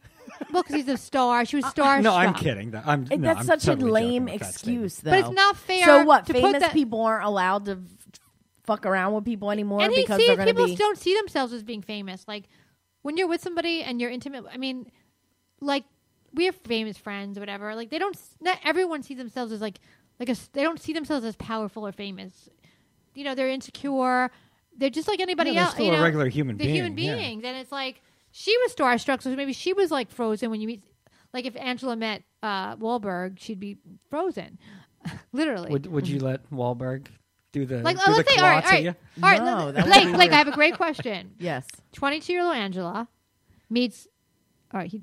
Speaker 3: well, because he's a star. She was star.
Speaker 5: Uh, No, I'm kidding. That- I'm,
Speaker 4: It-
Speaker 5: no,
Speaker 4: that's
Speaker 5: I'm
Speaker 4: such
Speaker 5: totally
Speaker 4: a
Speaker 5: joking
Speaker 4: lame
Speaker 5: with that statement.
Speaker 4: excuse, though.
Speaker 3: But it's not fair
Speaker 4: So what?
Speaker 3: to put
Speaker 4: famous
Speaker 3: that-
Speaker 4: people aren't allowed to f- fuck around with people anymore
Speaker 3: and he
Speaker 4: because
Speaker 3: sees
Speaker 4: they're going to
Speaker 3: people
Speaker 4: be.
Speaker 3: don't see themselves as being famous. Like when you're with somebody and you're intimate, I mean, like we have famous friends or whatever. Like they don't. Not everyone sees themselves as like like a s they don't see themselves as powerful or famous. You know, they're insecure. They're just like anybody
Speaker 5: Yeah, they're
Speaker 3: else.
Speaker 5: still
Speaker 3: you
Speaker 5: a
Speaker 3: know?
Speaker 5: regular human
Speaker 3: they're
Speaker 5: being,
Speaker 3: human
Speaker 5: yeah.
Speaker 3: beings, and it's like she was starstruck, so maybe she was like frozen when you meet. Like if Angela met uh, Wahlberg, she'd be frozen, literally.
Speaker 5: Would Would you let Wahlberg do the
Speaker 3: mm-hmm. like,
Speaker 5: do
Speaker 3: oh,
Speaker 5: the
Speaker 3: let's say, all right,
Speaker 5: claw
Speaker 3: all right,
Speaker 5: to you?
Speaker 3: all right.
Speaker 4: No,
Speaker 3: let-
Speaker 4: that would
Speaker 3: Blake,
Speaker 4: be
Speaker 3: Blake, I have a great question.
Speaker 4: Yes.
Speaker 3: 22 year old Angela meets. All right, he,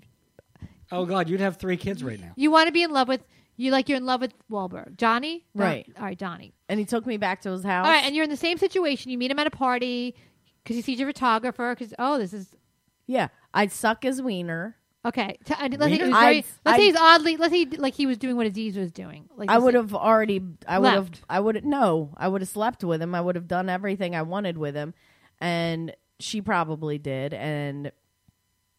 Speaker 5: Oh God, you'd have three kids right now.
Speaker 3: you want to be in love with. You like you're in love with Wahlberg, Johnny, Don-
Speaker 4: Right.
Speaker 3: All right, Donnie.
Speaker 4: And he took me back to his house.
Speaker 3: All right, and you're in the same situation. You meet him at a party because he sees your photographer. Because oh, this is
Speaker 4: yeah. I'd suck his wiener.
Speaker 3: okay. T- and let's say, he
Speaker 5: Wiener?
Speaker 3: was very,
Speaker 4: I'd-
Speaker 3: let's say
Speaker 4: I'd-
Speaker 3: he's oddly. Let's say he, like he was doing what Aziz was doing. Like
Speaker 4: I
Speaker 3: let's say-
Speaker 4: would have already. I would have.
Speaker 3: Left.
Speaker 4: I would no. I would have slept with him. I would have done everything I wanted with him, and she probably did. And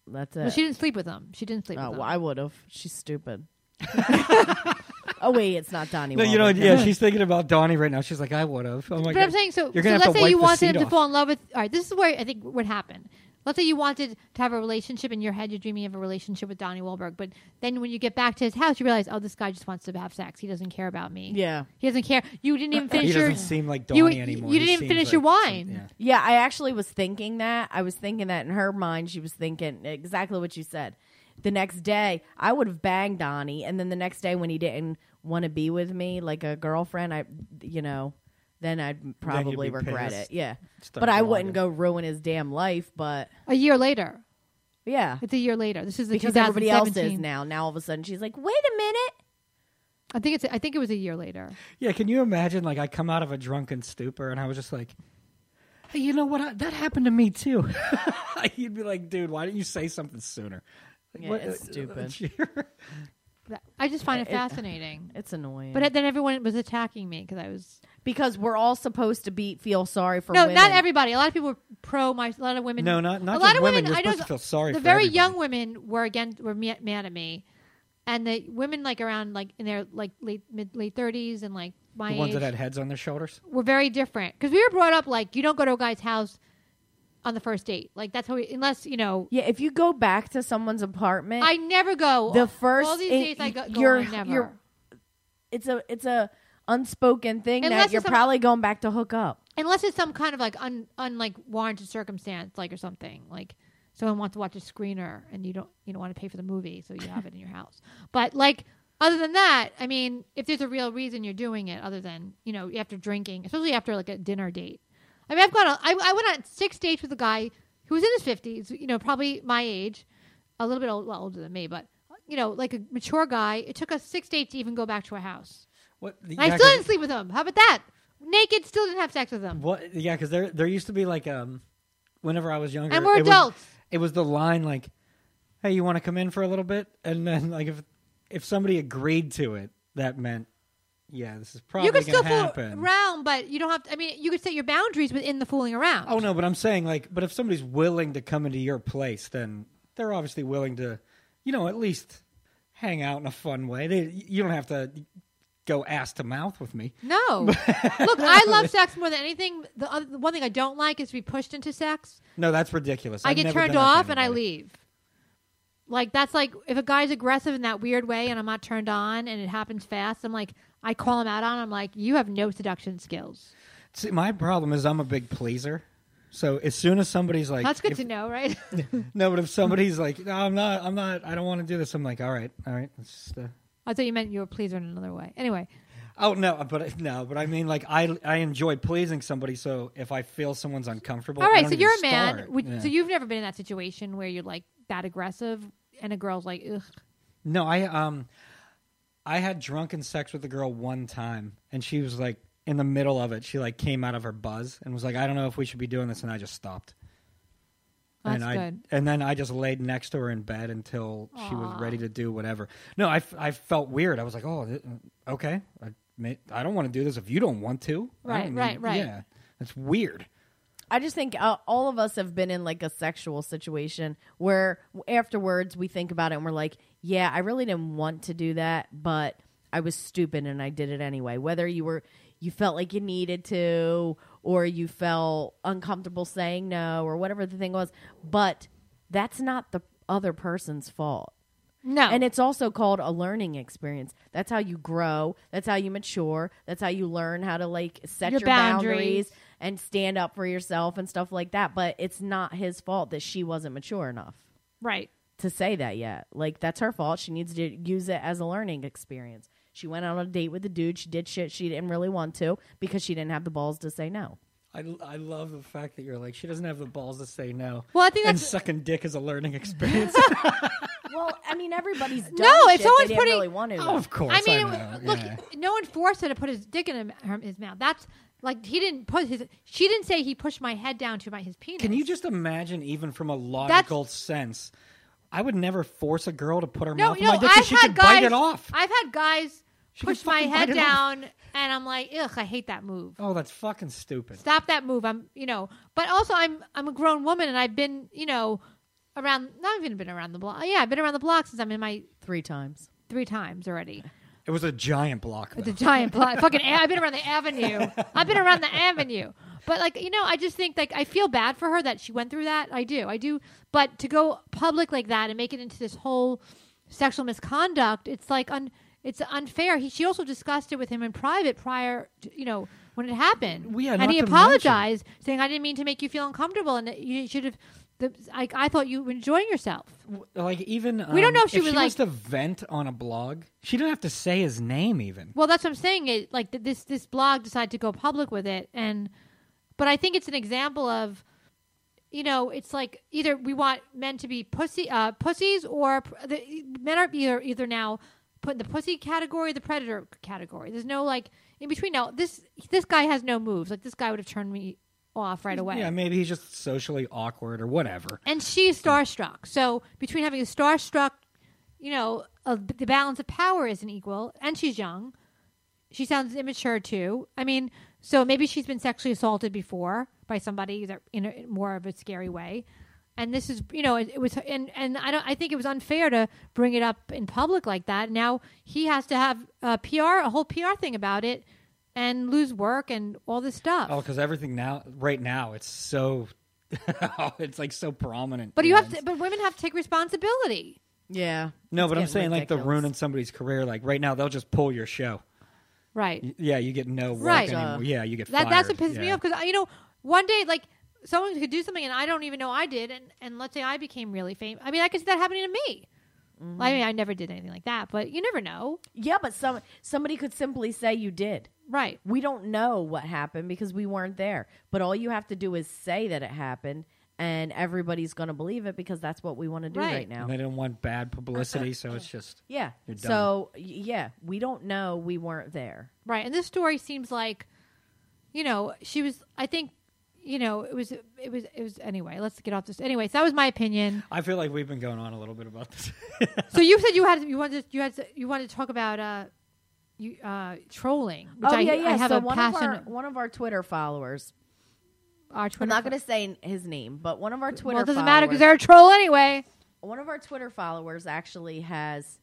Speaker 4: that's it.
Speaker 3: Well, she didn't sleep with him. She didn't sleep.
Speaker 4: oh,
Speaker 3: with
Speaker 4: well,
Speaker 3: him.
Speaker 4: I would have. She's stupid. oh wait, it's not Donnie.
Speaker 5: No, you know,
Speaker 4: Wahlberg.
Speaker 5: yeah, she's thinking about Donnie right now. She's like, I would have. Oh my
Speaker 3: But
Speaker 5: God.
Speaker 3: I'm saying so.
Speaker 5: You're
Speaker 3: so
Speaker 5: gonna
Speaker 3: let's
Speaker 5: have to
Speaker 3: say you
Speaker 5: wipe
Speaker 3: wanted
Speaker 5: the
Speaker 3: him
Speaker 5: seat
Speaker 3: to
Speaker 5: off.
Speaker 3: fall in love with. All right, this is where I think what happened. Let's say you wanted to have a relationship in your head. You're dreaming of a relationship with Donnie Wahlberg, but then when you get back to his house, you realize, oh, this guy just wants to have sex. He doesn't care about me.
Speaker 4: Yeah.
Speaker 3: he doesn't care. You didn't even finish
Speaker 5: He
Speaker 3: your.
Speaker 5: doesn't seem like
Speaker 3: you-
Speaker 5: Donnie
Speaker 3: you didn't
Speaker 5: anymore. He
Speaker 3: even
Speaker 5: seems
Speaker 3: finish
Speaker 5: like
Speaker 3: your
Speaker 5: some-
Speaker 3: wine.
Speaker 5: yeah.
Speaker 4: Yeah, I actually was thinking that. I was thinking that in her mind, she was thinking exactly what you said. The next day, I would have banged Donnie, and then the next day, when he didn't want to be with me, like a girlfriend, I, you know, then I'd probably
Speaker 5: be
Speaker 4: regret
Speaker 5: pissed.
Speaker 4: it. Yeah,
Speaker 5: Start
Speaker 4: but I
Speaker 5: blogging.
Speaker 4: wouldn't go ruin his damn life. But
Speaker 3: A year later,
Speaker 4: yeah,
Speaker 3: it's a year later. This is the
Speaker 4: because everybody else is
Speaker 3: 2017.
Speaker 4: now. Now all of a sudden, she's like, "Wait a minute."
Speaker 3: I think it's. I think it was a year later.
Speaker 5: Yeah, can you imagine? Like, I come out of a drunken stupor, and I was just like, "Hey, you know what? I, that happened to me too." You'd be like, "Dude, why didn't you say something sooner?" Like,
Speaker 4: Yeah, it's stupid.
Speaker 3: That- I just find it
Speaker 4: It-
Speaker 3: fascinating.
Speaker 4: It's annoying,
Speaker 3: But then everyone was attacking me because I was
Speaker 4: because we're all supposed to be feel sorry for
Speaker 3: no,
Speaker 4: women.
Speaker 3: not everybody. A lot of people were pro. My a lot of women.
Speaker 5: No, not- not
Speaker 3: a lot
Speaker 5: just
Speaker 3: of
Speaker 5: women.
Speaker 3: women.
Speaker 5: You're
Speaker 3: I
Speaker 5: supposed
Speaker 3: know
Speaker 5: to feel sorry
Speaker 3: The
Speaker 5: for
Speaker 3: very
Speaker 5: everybody.
Speaker 3: young women were again were ma- mad at me, and the women like around like in their like late mid late thirties and like my
Speaker 5: the ones
Speaker 3: age
Speaker 5: that had heads on their shoulders.
Speaker 3: were very different because we were brought up like you don't go to a guy's house on the first date. Like that's how we unless you know.
Speaker 4: Yeah, if you go back to someone's apartment,
Speaker 3: I never go.
Speaker 4: the first
Speaker 3: all these
Speaker 4: it-
Speaker 3: dates I go, go
Speaker 4: you're-
Speaker 3: on, never.
Speaker 4: you're- it's a it's a unspoken thing
Speaker 3: Unless
Speaker 4: that you're
Speaker 3: it's a-
Speaker 4: probably going back to hook up.
Speaker 3: unless it's some kind of like un unlike warranted circumstance, like or something like someone wants to watch a screener and you don't you don't want to pay for the movie, so you have it in your house. But like other than that, I mean, if there's a real reason you're doing it, other than you know after drinking, especially after like a dinner date. I mean, I've gone. on- I I went on six dates with a guy who was in his fifties, you know, probably my age, a little bit old, well, older than me, but you know, like a mature guy. It took us six dates to even go back to our house.
Speaker 5: What?
Speaker 3: And I still didn't sleep with him. How about that? Naked, still didn't have sex with him.
Speaker 5: What? Yeah, because there there used to be like um, whenever I was younger,
Speaker 3: And we're
Speaker 5: it was-
Speaker 3: adults.
Speaker 5: it was the line like, "Hey, you want to come in for a little bit?" And then like if if somebody agreed to it, that meant, yeah, this is probably
Speaker 3: you could still
Speaker 5: going to happen.
Speaker 3: fool around, but you don't have. To, I mean, you could set your boundaries within the fooling around.
Speaker 5: Oh no, but I'm saying like, but if somebody's willing to come into your place, then they're obviously willing to, you know, at least hang out in a fun way. They, you don't have to go ass to mouth with me.
Speaker 3: no! Look, I love sex more than anything. The, other, the one thing I don't like is to be pushed into sex.
Speaker 5: No, that's ridiculous.
Speaker 3: i
Speaker 5: I've
Speaker 3: get
Speaker 5: never
Speaker 3: turned
Speaker 5: done that to
Speaker 3: off and I
Speaker 5: anybody.
Speaker 3: leave. Like that's like if a guy's aggressive in that weird way and I'm not turned on and it happens fast, I'm like I call him out on. it. I'm like, you have no seduction skills.
Speaker 5: See, my problem is I'm a big pleaser. So as soon as somebody's like,
Speaker 3: That's good
Speaker 5: if-
Speaker 3: to know, right?
Speaker 5: No, but if somebody's like, no, I'm not, I'm not, I don't want to do this. I'm like, all right, all right. Let's just, uh,
Speaker 3: I thought you meant you were a pleaser in another way. Anyway,
Speaker 5: oh no, but no, but I mean, like, I I enjoy pleasing somebody. So if I feel someone's uncomfortable,
Speaker 3: All
Speaker 5: I
Speaker 3: right,
Speaker 5: don't
Speaker 3: so
Speaker 5: even
Speaker 3: you're a man.
Speaker 5: start.
Speaker 3: Would,
Speaker 5: Yeah.
Speaker 3: So you've never been in that situation where you're like that aggressive, and a girl's like, ugh.
Speaker 5: No, I um, I had drunken sex with a girl one time, and she was like in the middle of it. She like came out of her buzz and was like, "I don't know if we should be doing this," and I just stopped.
Speaker 3: That's
Speaker 5: and I
Speaker 3: good.
Speaker 5: and then I just laid next to her in bed until she was ready to do whatever. No, I, f- I felt weird. I was like, "Oh, th- okay, I may, I don't want to do this if you don't want to." I
Speaker 3: Right,
Speaker 5: don't need-
Speaker 3: right, right.
Speaker 5: Yeah, that's weird.
Speaker 4: I just think uh, all of us have been in like a sexual situation where afterwards we think about it and we're like, yeah, I really didn't want to do that, but I was stupid and I did it anyway. Whether you were you felt like you needed to or you felt uncomfortable saying no or whatever the thing was, but that's not the other person's fault.
Speaker 3: No.
Speaker 4: And it's also called a learning experience. That's how you grow. That's how you mature. That's how you learn how to like set
Speaker 3: Your
Speaker 4: your,
Speaker 3: boundaries.
Speaker 4: boundaries and stand up for yourself and stuff like that. But it's not his fault that she wasn't mature enough
Speaker 3: right.
Speaker 4: to say that yet. Like that's her fault. She needs to use it as a learning experience. She went out on a date with a dude. She did shit she didn't really want to because she didn't have the balls to say no.
Speaker 5: I, I love the fact that you're like she doesn't have the balls to say no.
Speaker 3: Well, I think
Speaker 5: and
Speaker 3: that's-
Speaker 5: sucking dick is a learning experience.
Speaker 4: Well, I mean, everybody's done
Speaker 3: No, it's
Speaker 4: shit
Speaker 3: always
Speaker 4: they
Speaker 3: pretty-
Speaker 4: didn't really want to.
Speaker 5: oh, of course.
Speaker 3: I mean,
Speaker 5: know,
Speaker 3: it- look,
Speaker 5: yeah.
Speaker 3: no one forced her to put his dick in him- her- his mouth. That's like he didn't put his. She didn't say he pushed my head down to my his penis.
Speaker 5: Can you just imagine, even from a logical sense? I would never force a girl to put her
Speaker 3: No,
Speaker 5: mouth
Speaker 3: you
Speaker 5: in my
Speaker 3: know,
Speaker 5: dick 'cause
Speaker 3: I've
Speaker 5: she
Speaker 3: had
Speaker 5: could
Speaker 3: guys.
Speaker 5: bite it off.
Speaker 3: I've had guys
Speaker 5: She could
Speaker 3: push my
Speaker 5: fucking
Speaker 3: head
Speaker 5: bite it off.
Speaker 3: down, and I'm like, ugh, I hate that move.
Speaker 5: Oh, that's fucking stupid.
Speaker 3: Stop that move. I'm, you know, but also I'm, I'm a grown woman, and I've been, you know, around. Not even been around the block. Yeah, I've been around the block since I'm in my
Speaker 4: Three times.
Speaker 3: three times already.
Speaker 5: It was a giant block.
Speaker 3: It's
Speaker 5: though.
Speaker 3: a giant plot. Fucking, a- I've been around the avenue. I've been around the avenue. But like you know, I just think like I feel bad for her that she went through that. I do, I do. But to go public like that and make it into this whole sexual misconduct, it's like un, it's unfair. He, she also discussed it with him in private prior, to, you know, when it happened.
Speaker 5: Well, yeah,
Speaker 3: and
Speaker 5: not
Speaker 3: he
Speaker 5: to
Speaker 3: apologized, saying, "I didn't mean to make you feel uncomfortable, and that you should have." The, I, I thought you were enjoying yourself.
Speaker 5: like even um,
Speaker 3: We don't know if she
Speaker 5: if
Speaker 3: was,
Speaker 5: she
Speaker 3: like-
Speaker 5: was to vent on a blog. She didn't have to say his name even.
Speaker 3: Well, that's what I'm saying. It like th- this this blog decided to go public with it, and but I think it's an example of, you know, it's like either we want men to be pussy uh, pussies or pr- the, men are either either now put in the pussy category, or the predator category. There's no like in between. Now this this guy has no moves. Like this guy would have turned me off right away.
Speaker 5: Yeah, maybe he's just socially awkward or whatever.
Speaker 3: And she's starstruck. So between having a starstruck, you know, uh, the balance of power isn't equal, and she's young. She sounds immature too. I mean, so maybe she's been sexually assaulted before by somebody that in a, more of a scary way. And this is, you know, it, it was, and and I don't, I think it was unfair to bring it up in public like that. Now he has to have a PR, a whole PR thing about it, and lose work and all this stuff.
Speaker 5: Oh, because everything now, right now, it's so, oh, it's like so prominent.
Speaker 3: but you have
Speaker 5: and-
Speaker 3: to, but women have to take responsibility.
Speaker 4: Yeah.
Speaker 5: No, but I'm
Speaker 4: getting
Speaker 5: saying like the
Speaker 4: ridiculous.
Speaker 5: ruin in somebody's career. Like right now, they'll just pull your show.
Speaker 3: Right.
Speaker 5: Y- Yeah, you get no work
Speaker 3: Right. Uh,
Speaker 5: anymore. Yeah, you get
Speaker 3: that
Speaker 5: fired.
Speaker 3: that's what pisses me
Speaker 5: Yeah.
Speaker 3: off because you know one day like someone could do something and I don't even know I did and and let's say I became really famous. I mean, I could see that happening to me. I
Speaker 4: Mm-hmm.
Speaker 3: mean, I never did anything like that, but you never know,
Speaker 4: Yeah, but some somebody could simply say you did.
Speaker 3: right?
Speaker 4: We don't know what happened because we weren't there. But all you have to do is say that it happened and everybody's going to believe it because that's what we want to do
Speaker 3: Right.
Speaker 4: right,
Speaker 5: And
Speaker 4: now.
Speaker 5: they didn't want bad publicity, so it's just
Speaker 4: Yeah.
Speaker 5: You're dumb.
Speaker 4: So, y- yeah, we don't know we weren't there.
Speaker 3: Right. And this story seems like, you know, she was. I think, you know, it was. It was. It was. Anyway, let's get off this. Anyways, that was my opinion.
Speaker 5: I feel like we've been going on a little bit about this.
Speaker 3: so you said you had you wanted you had you wanted to talk about uh, you uh trolling. Which
Speaker 4: oh
Speaker 3: I,
Speaker 4: yeah, yeah.
Speaker 3: I have
Speaker 4: so
Speaker 3: a
Speaker 4: one
Speaker 3: passion.
Speaker 4: of our one of our Twitter followers.
Speaker 3: our
Speaker 4: I'm
Speaker 3: Twitter
Speaker 4: not going to say his name, but one of our Twitter
Speaker 3: Well, it doesn't
Speaker 4: followers,
Speaker 3: matter because they're a troll anyway.
Speaker 4: one of our Twitter followers actually has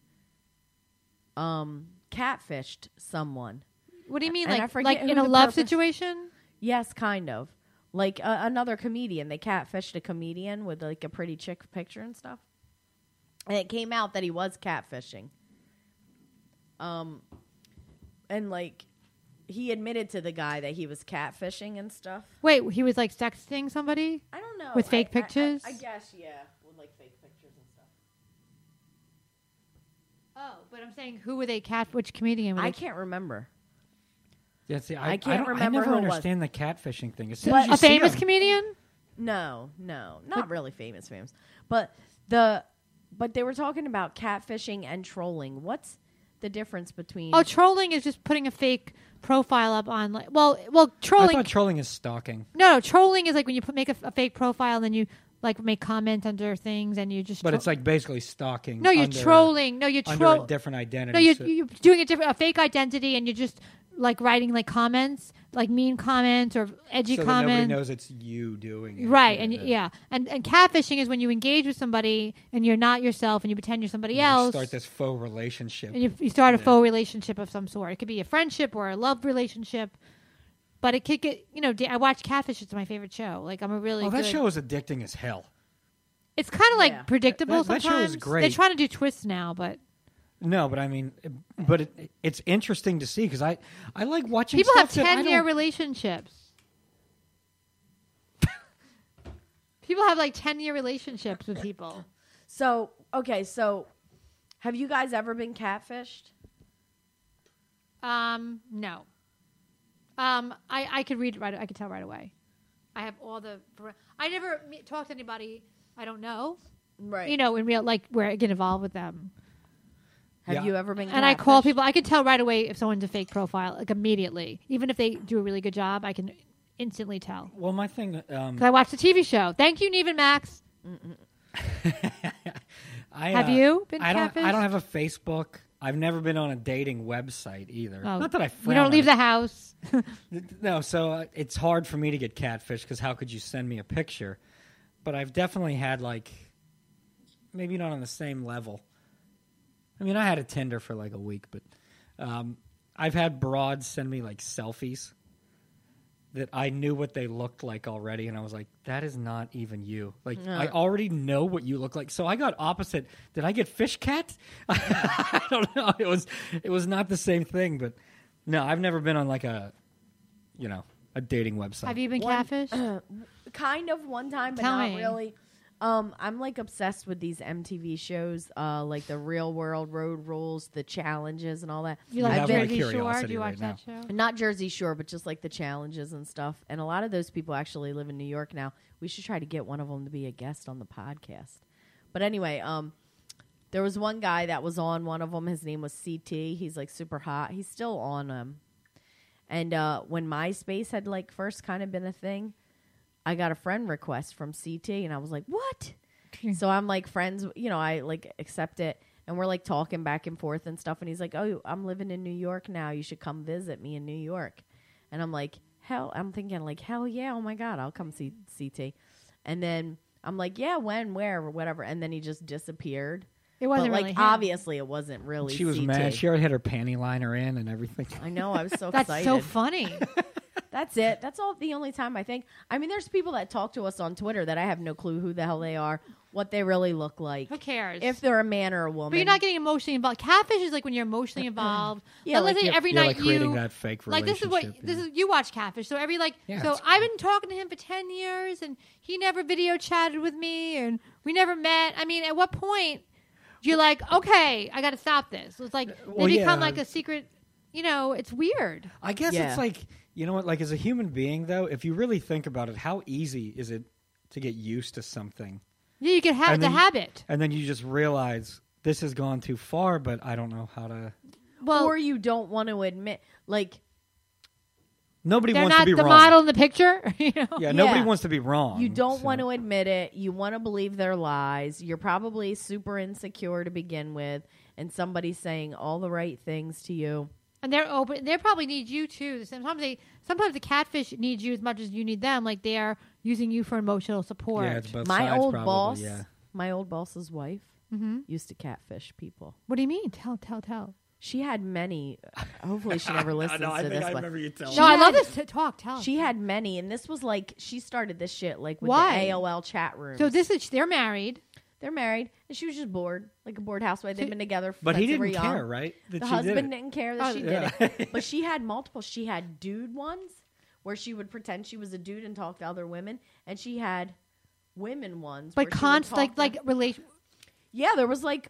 Speaker 4: um catfished someone.
Speaker 3: What do you mean,
Speaker 4: And I
Speaker 3: like
Speaker 4: forget
Speaker 3: like
Speaker 4: who
Speaker 3: in a
Speaker 4: the
Speaker 3: love
Speaker 4: purpose-
Speaker 3: situation?
Speaker 4: Yes, kind of. Like uh, another comedian, they catfished a comedian with like a pretty chick picture and stuff. And it came out that he was catfishing. Um and like he admitted to the guy that he was catfishing and stuff.
Speaker 3: Wait, he was like sexting somebody.
Speaker 4: I don't know.
Speaker 3: With
Speaker 4: I-
Speaker 3: fake
Speaker 4: I- I-
Speaker 3: pictures?
Speaker 4: I, guess yeah, with like fake pictures and stuff.
Speaker 3: Oh, but I'm saying who were they cat? Which comedian? Were
Speaker 4: I
Speaker 3: they-
Speaker 4: can't remember.
Speaker 5: yeah, see, I,
Speaker 4: I can't
Speaker 5: don't-
Speaker 4: remember
Speaker 5: I never
Speaker 4: who it was.
Speaker 5: understand the catfishing thing. As soon as
Speaker 3: But
Speaker 5: you
Speaker 3: a
Speaker 5: see
Speaker 3: famous
Speaker 5: them-
Speaker 3: comedian.
Speaker 4: No, no, not really famous, famous. But the but they were talking about catfishing and trolling. What's the difference between?
Speaker 3: Oh, trolling is just putting a fake profile up on like well, well, trolling.
Speaker 5: I thought trolling is stalking,
Speaker 3: no, no, trolling is like when you put, make a, f- a fake profile and then you like make comments under things and you just.
Speaker 5: but
Speaker 3: tro-
Speaker 5: it's like basically stalking.
Speaker 3: no, you're
Speaker 5: under-
Speaker 3: trolling. No, you're
Speaker 5: under
Speaker 3: trolling.
Speaker 5: a different identity.
Speaker 3: No, you're,
Speaker 5: so-
Speaker 3: you're doing a different a fake identity and you're just like writing like comments, like mean comments or edgy
Speaker 5: so that nobody
Speaker 3: comments.
Speaker 5: knows it's you doing it.
Speaker 3: Right, and yeah, and and catfishing is when you engage with somebody and you're not yourself and you pretend you're somebody
Speaker 5: You
Speaker 3: else.
Speaker 5: Start this faux relationship.
Speaker 3: and you, you start a faux relationship of some sort. It could be a friendship or a love relationship, but it could get you know. da- I watch Catfish; it's my favorite show. Like I'm a really
Speaker 5: oh, that
Speaker 3: good-
Speaker 5: show is addicting as hell.
Speaker 3: It's kind of like
Speaker 4: Yeah.
Speaker 3: predictable
Speaker 5: That- that show
Speaker 3: sometimes.
Speaker 5: is
Speaker 3: They
Speaker 5: great.
Speaker 3: try to do twists now, but
Speaker 5: No, but I mean, but it, it's interesting to see because I, I like watching
Speaker 3: people have
Speaker 5: stuff that I
Speaker 3: ten year
Speaker 5: don't-
Speaker 3: relationships. people have like ten year relationships with people.
Speaker 4: So okay, so have you guys ever been catfished?
Speaker 3: Um, no. Um, I I could read it right. I could tell right away. I have all the. I never me- talk to anybody I don't know.
Speaker 4: Right.
Speaker 3: You know, in real like where I get involved with them.
Speaker 4: have
Speaker 5: Yeah.
Speaker 4: you ever been?
Speaker 3: And I call
Speaker 4: catfished?
Speaker 3: people. I can tell right away if someone's a fake profile, like immediately. Even if they do a really good job, I can instantly tell.
Speaker 5: Well, my thing, um,
Speaker 3: 'Cause I watched the TV show. Thank you, Neve and Max.
Speaker 5: I,
Speaker 3: Have
Speaker 5: uh,
Speaker 3: you been
Speaker 5: I don't. I
Speaker 3: catfished?
Speaker 5: don't have a Facebook. I've never been on a dating website either.
Speaker 3: Oh,
Speaker 5: Not that I.
Speaker 3: We
Speaker 5: Frown
Speaker 3: don't
Speaker 5: on
Speaker 3: leave
Speaker 5: it.
Speaker 3: the house.
Speaker 5: No, so uh, it's hard for me to get catfish because how could you send me a picture? But I've definitely had like, maybe not on the same level. I mean, I had a Tinder for like a week, but um, I've had broads send me like selfies that I knew what they looked like already, and I was like, that is not even you. Like, I already know what you look like. So I got opposite. Did I get fish cat? I don't know. It was it was not the same thing, but no, I've never been on like a you know, a dating website.
Speaker 3: Have you been
Speaker 4: One-
Speaker 3: catfished?
Speaker 4: kind of one time, but
Speaker 3: Tell
Speaker 4: not
Speaker 3: me.
Speaker 4: really. Um, I'm like obsessed with these MTV shows, uh, like the Real World, Road Rules, the challenges, and all that.
Speaker 3: You
Speaker 5: Yeah,
Speaker 3: like
Speaker 5: I've
Speaker 4: been-
Speaker 5: got a
Speaker 3: Jersey Shore? Do
Speaker 5: curiosity
Speaker 3: you watch
Speaker 5: right
Speaker 3: that show?
Speaker 4: not Jersey Shore, but just like the challenges and stuff. And a lot of those people actually live in New York now. We should try to get one of them to be a guest on the podcast. But anyway, um, there was one guy that was on one of them. His name was CT. He's like super hot. He's still on um, them. And uh, when MySpace had like first kind of been a thing, I got a friend request from CT, and I was like, "What?" so I'm like friends, you know, I like accept it, and we're like talking back and forth and stuff. And he's like, "Oh, I'm living in New York now. You should come visit me in New York." And I'm like, "Hell!" I'm thinking like, "Hell yeah! Oh my god, I'll come see CT." And then I'm like, "Yeah, when, where, or whatever." And then he just disappeared.
Speaker 3: It wasn't
Speaker 4: but, like
Speaker 3: really him.
Speaker 4: obviously it wasn't really.
Speaker 5: She was
Speaker 4: CT.
Speaker 5: mad. She already had her panty liner in and everything.
Speaker 4: I know. I was so
Speaker 3: That's
Speaker 4: excited.
Speaker 3: so funny.
Speaker 4: That's it. That's all the only time I think. I mean, there's people that talk to us on Twitter that I have no clue who the hell they are, what they really look like.
Speaker 3: Who cares?
Speaker 4: If they're a man or a woman.
Speaker 3: But you're not getting emotionally involved. Catfish is like when you're emotionally involved.
Speaker 4: Yeah,
Speaker 3: like,
Speaker 4: like
Speaker 3: let's say
Speaker 4: you're-
Speaker 3: every
Speaker 5: you're,
Speaker 3: night
Speaker 5: Uh-uh. like, creating
Speaker 3: you
Speaker 5: that fake
Speaker 3: like this is what
Speaker 5: relationship,
Speaker 3: this
Speaker 5: yeah.
Speaker 3: is you watch Catfish. So every like
Speaker 5: Yeah,
Speaker 3: so
Speaker 5: it's-
Speaker 3: I've been talking to him for ten years and he never video chatted with me and we never met. I mean, at what point you're like, okay, I got to stop this? It's like
Speaker 5: Uh, well,
Speaker 3: they become
Speaker 5: yeah.
Speaker 3: like a secret. You know, it's weird.
Speaker 5: I guess
Speaker 4: Yeah.
Speaker 5: it's like you know what, like as a human being though, if you really think about it, how easy is it to get used to something?
Speaker 3: Yeah, you could have
Speaker 5: And
Speaker 3: the
Speaker 5: then-
Speaker 3: habit.
Speaker 5: And then you just realize this has gone too far, but I don't know how to
Speaker 3: Well,
Speaker 4: or you don't want to admit. Like,
Speaker 5: Nobody
Speaker 3: they're
Speaker 5: wants
Speaker 3: not
Speaker 5: to be
Speaker 3: the
Speaker 5: wrong.
Speaker 3: model in the picture. you know,
Speaker 5: Yeah, nobody
Speaker 4: Yeah.
Speaker 5: wants to be wrong.
Speaker 4: you don't
Speaker 5: so-
Speaker 4: want to admit it. You want to believe their lies. You're probably super insecure to begin with, and somebody's saying all the right things to you.
Speaker 3: and they're open. They probably need you too. Sometimes they, sometimes the catfish needs you as much as you need them. Like they are using you for emotional support.
Speaker 5: Yeah, it's both
Speaker 4: my
Speaker 5: sides
Speaker 4: old
Speaker 5: probably,
Speaker 4: boss,
Speaker 5: Yeah.
Speaker 4: my old boss's wife,
Speaker 3: Mm-hmm.
Speaker 4: used to catfish people.
Speaker 3: what do you mean? Tell, tell, tell.
Speaker 4: She had many. Hopefully, she never listens
Speaker 5: no, I
Speaker 4: to
Speaker 5: think
Speaker 4: this.
Speaker 5: I
Speaker 4: but-
Speaker 5: remember you telling.
Speaker 3: no, I love
Speaker 4: had-
Speaker 3: this t- talk. Tell.
Speaker 4: She had many, and this was like she started this shit like with
Speaker 3: Why?
Speaker 4: the AOL chat room.
Speaker 3: so this is they're married.
Speaker 4: they're married, and she was just bored, like a bored housewife. They've been together,
Speaker 5: But
Speaker 4: since
Speaker 5: he
Speaker 4: they were
Speaker 5: didn't
Speaker 4: young.
Speaker 5: care, right? That
Speaker 4: The
Speaker 5: she did
Speaker 4: husband
Speaker 5: it.
Speaker 4: didn't care that
Speaker 3: Oh,
Speaker 4: she did it, but she had multiple. She had dude ones where she would pretend she was a dude and talk to other women, and she had women ones,
Speaker 3: But
Speaker 4: where she would
Speaker 3: const
Speaker 4: talk
Speaker 3: like
Speaker 4: to-
Speaker 3: like relation.
Speaker 4: yeah, there was like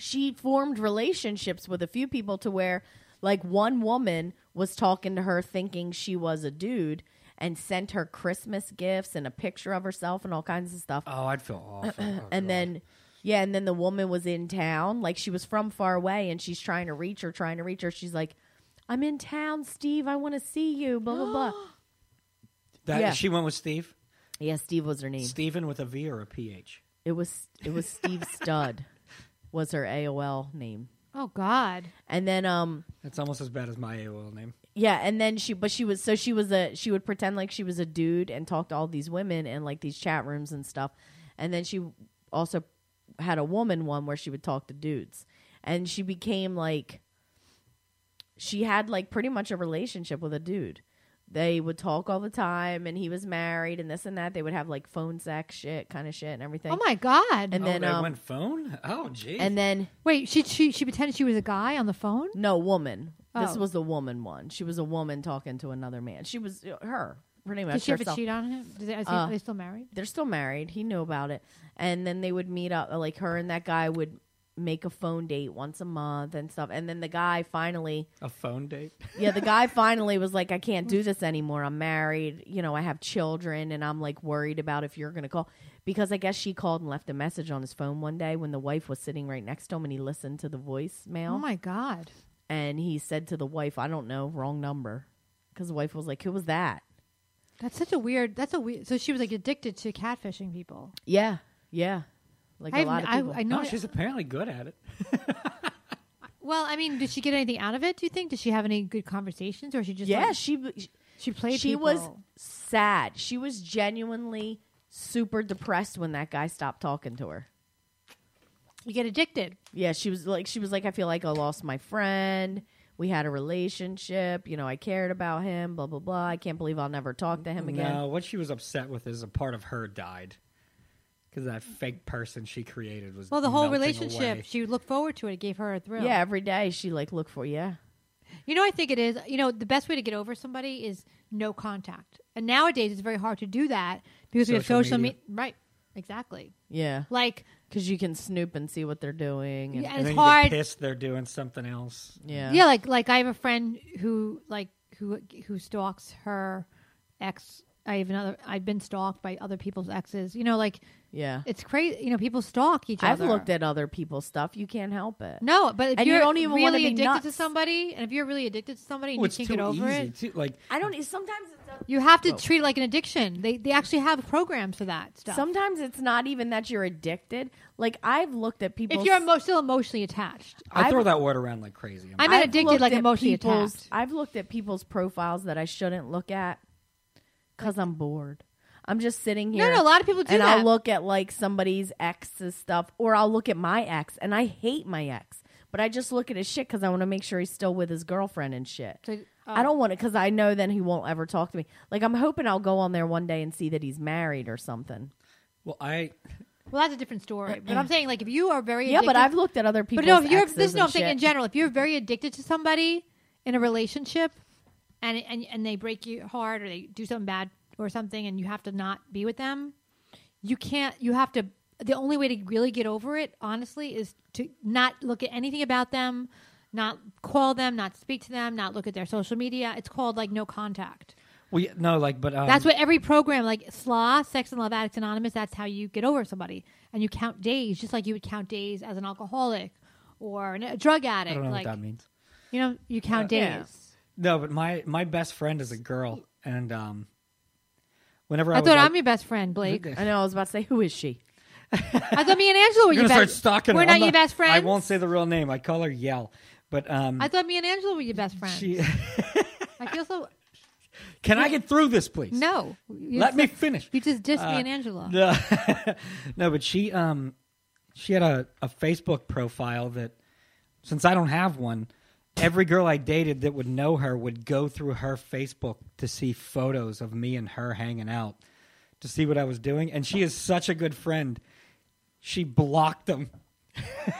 Speaker 4: she formed relationships with a few people to where like one woman was talking to her thinking she was a dude and sent her Christmas gifts and a picture of herself and all kinds of stuff.
Speaker 5: Oh, I'd feel awful. Oh,
Speaker 4: and
Speaker 5: God.
Speaker 4: then yeah, and then the woman was in town, like she was from far away and she's trying to reach her, trying to reach her. She's like, "I'm in town, Steve. I want to see you." blah blah blah.
Speaker 5: that,
Speaker 4: yeah.
Speaker 5: she went with Steve.
Speaker 4: Yeah, Steve was her name.
Speaker 5: Steven with a V or a PH.
Speaker 4: It was it was Steve Stud was her AOL name.
Speaker 3: Oh God.
Speaker 4: And then um
Speaker 5: That's almost as bad as my AOL name.
Speaker 4: Yeah, and then she, but she was so she was a she would pretend like she was a dude and talk to all these women and like these chat rooms and stuff, and then she also had a woman one where she would talk to dudes, and she became like she had like pretty much a relationship with a dude, They would talk all the time, and he was married, and this and that. They would have like phone sex shit, kind of shit, and everything.
Speaker 3: Oh my god!
Speaker 4: And
Speaker 5: Oh,
Speaker 4: then,
Speaker 5: they
Speaker 4: um,
Speaker 5: went phone. Oh, geez.
Speaker 4: and then
Speaker 3: Wait, she she she pretended she was a guy on the phone.
Speaker 4: no woman. This
Speaker 3: Oh.
Speaker 4: was the woman one. She was a woman talking to another man. She was uh, her pretty much.
Speaker 3: Did she ever
Speaker 4: herself.
Speaker 3: cheat on him? Did they, is he,
Speaker 4: Uh,
Speaker 3: are they still married?
Speaker 4: they're still married. He knew about it. And then they would meet up like her and that guy would make a phone date once a month and stuff. And then the guy finally
Speaker 5: a phone date.
Speaker 4: Yeah, the guy finally was like, I can't do this anymore. I'm married, you know, I have children and I'm like worried about if you're gonna call because I guess she called and left a message on his phone one day when the wife was sitting right next to him and he listened to the voicemail
Speaker 3: Oh my god!
Speaker 4: and he said to the wife, I don't know, wrong number. Because the wife was like, Who was that?
Speaker 3: That's such a weird. That's a weird. So she was like addicted to catfishing people.
Speaker 4: Yeah, yeah. Like a
Speaker 3: I've-
Speaker 4: lot of people.
Speaker 3: I, I know.
Speaker 5: No, Oh, she's apparently good at it.
Speaker 3: well, I mean, did she get anything out of it? Do you think? Did she have any good conversations, or she just
Speaker 4: yeah,
Speaker 3: like,
Speaker 4: she
Speaker 3: she played?
Speaker 4: she
Speaker 3: people?
Speaker 4: was sad. She was genuinely super depressed when that guy stopped talking to her.
Speaker 3: You get addicted.
Speaker 4: Yeah, she was like she was like I feel like I lost my friend. We had a relationship, you know, I cared about him, blah blah blah. I can't believe I'll never talk to him again.
Speaker 5: No, what she was upset with is a part of her died because that fake person she created was
Speaker 3: Well, the whole
Speaker 5: melting
Speaker 3: relationship,
Speaker 5: away.
Speaker 3: she looked forward to it. It gave her a thrill.
Speaker 4: Yeah, every day she like looked for yeah.
Speaker 3: You know, I think it is. You know, the best way to get over somebody is no contact. And nowadays, it's very hard to do that because we have
Speaker 5: Social
Speaker 3: social media.
Speaker 5: media.
Speaker 3: right. Exactly.
Speaker 4: Yeah.
Speaker 3: Like,
Speaker 4: Cuz you can snoop and see what they're doing and,
Speaker 3: yeah,
Speaker 5: And
Speaker 3: it's
Speaker 5: then you
Speaker 3: hard.
Speaker 5: get pissed they're doing something else.
Speaker 4: yeah.
Speaker 3: Yeah, like like I have a friend who like who who stalks her ex. I have another. I've been stalked by other people's exes. You know, like
Speaker 4: Yeah.
Speaker 3: it's crazy. You know, people stalk each
Speaker 4: I've
Speaker 3: other.
Speaker 4: looked at other people's stuff. You can't help it.
Speaker 3: No, but if
Speaker 4: And you
Speaker 3: you're
Speaker 4: don't even wanna
Speaker 3: really
Speaker 4: be
Speaker 3: addicted to
Speaker 4: nuts.
Speaker 3: somebody, and if you're really addicted to somebody and
Speaker 5: Well,
Speaker 3: you
Speaker 5: Oh,
Speaker 3: can't
Speaker 5: it's too
Speaker 3: get over
Speaker 5: easy.
Speaker 3: it,
Speaker 5: Too, like
Speaker 4: I don't e, sometimes it's a,
Speaker 3: you have to treat it like an addiction. They they actually have programs for that stuff.
Speaker 4: Sometimes it's not even that you're addicted. Like I've looked at people.
Speaker 3: if you're emo- still emotionally attached,
Speaker 5: I
Speaker 4: I've-
Speaker 5: throw that word around like crazy.
Speaker 3: I'm not addicted
Speaker 4: looked
Speaker 3: like
Speaker 4: at
Speaker 3: emotionally
Speaker 4: people's-
Speaker 3: attached.
Speaker 4: I've looked at people's profiles that I shouldn't look at because I'm bored. I'm just sitting
Speaker 3: No,
Speaker 4: here.
Speaker 3: no, a lot of people do
Speaker 4: and I'll
Speaker 3: that.
Speaker 4: look at like somebody's ex's stuff, or I'll look at my ex, and I hate my ex, but I just look at his shit because I want to make sure he's still with his girlfriend and shit.
Speaker 3: So, oh.
Speaker 4: I don't want it because I know then he won't ever talk to me. Like I'm hoping I'll go on there one day and see that he's married or something.
Speaker 5: well, I
Speaker 3: Well, that's a different story. But I'm saying, like, if you are very
Speaker 4: Yeah, but
Speaker 3: addicted-
Speaker 4: I've looked at other people's.
Speaker 3: But no, if you're
Speaker 4: exes
Speaker 3: this is no
Speaker 4: and
Speaker 3: I'm saying
Speaker 4: shit.
Speaker 3: in general, if you're very addicted to somebody in a relationship and and and they break your heart or they do something bad or something and you have to not be with them, you can't you have to the only way to really get over it, honestly, is to not look at anything about them, not call them, not speak to them, not look at their social media. It's called like no contact.
Speaker 5: we no like but um,
Speaker 3: That's what every program like SLA, Sex and Love Addicts Anonymous. That's how you get over somebody, and you count days, just like you would count days as an alcoholic or an- a drug addict.
Speaker 5: I don't know
Speaker 3: like
Speaker 5: what that means.
Speaker 3: you know, you count
Speaker 4: Yeah.
Speaker 3: days.
Speaker 5: No, but my my best friend is a girl, and um, whenever I,
Speaker 3: I
Speaker 5: was
Speaker 3: thought
Speaker 5: like,
Speaker 3: I'm your best friend, Blake.
Speaker 4: I know. I was about to say, who is she?
Speaker 3: I thought me and Angela were
Speaker 5: you're
Speaker 3: your
Speaker 5: gonna start
Speaker 3: best.
Speaker 5: stalking. her.
Speaker 3: We're not
Speaker 5: I'm
Speaker 3: your best friend.
Speaker 5: I won't say the real name. I call her Yell, but um,
Speaker 3: I thought me and Angela were your best friend.
Speaker 5: she.
Speaker 3: I feel so.
Speaker 5: Can I get through this, please?
Speaker 3: No, You
Speaker 5: Let
Speaker 3: just-
Speaker 5: me finish. Uh,
Speaker 3: You just dissed me and Angela.
Speaker 5: No, no, but she um, she had a, a Facebook profile that, since I don't have one, every girl I dated that would know her would go through her Facebook to see photos of me and her hanging out, to see what I was doing. And she is such a good friend. She blocked them.
Speaker 3: oh,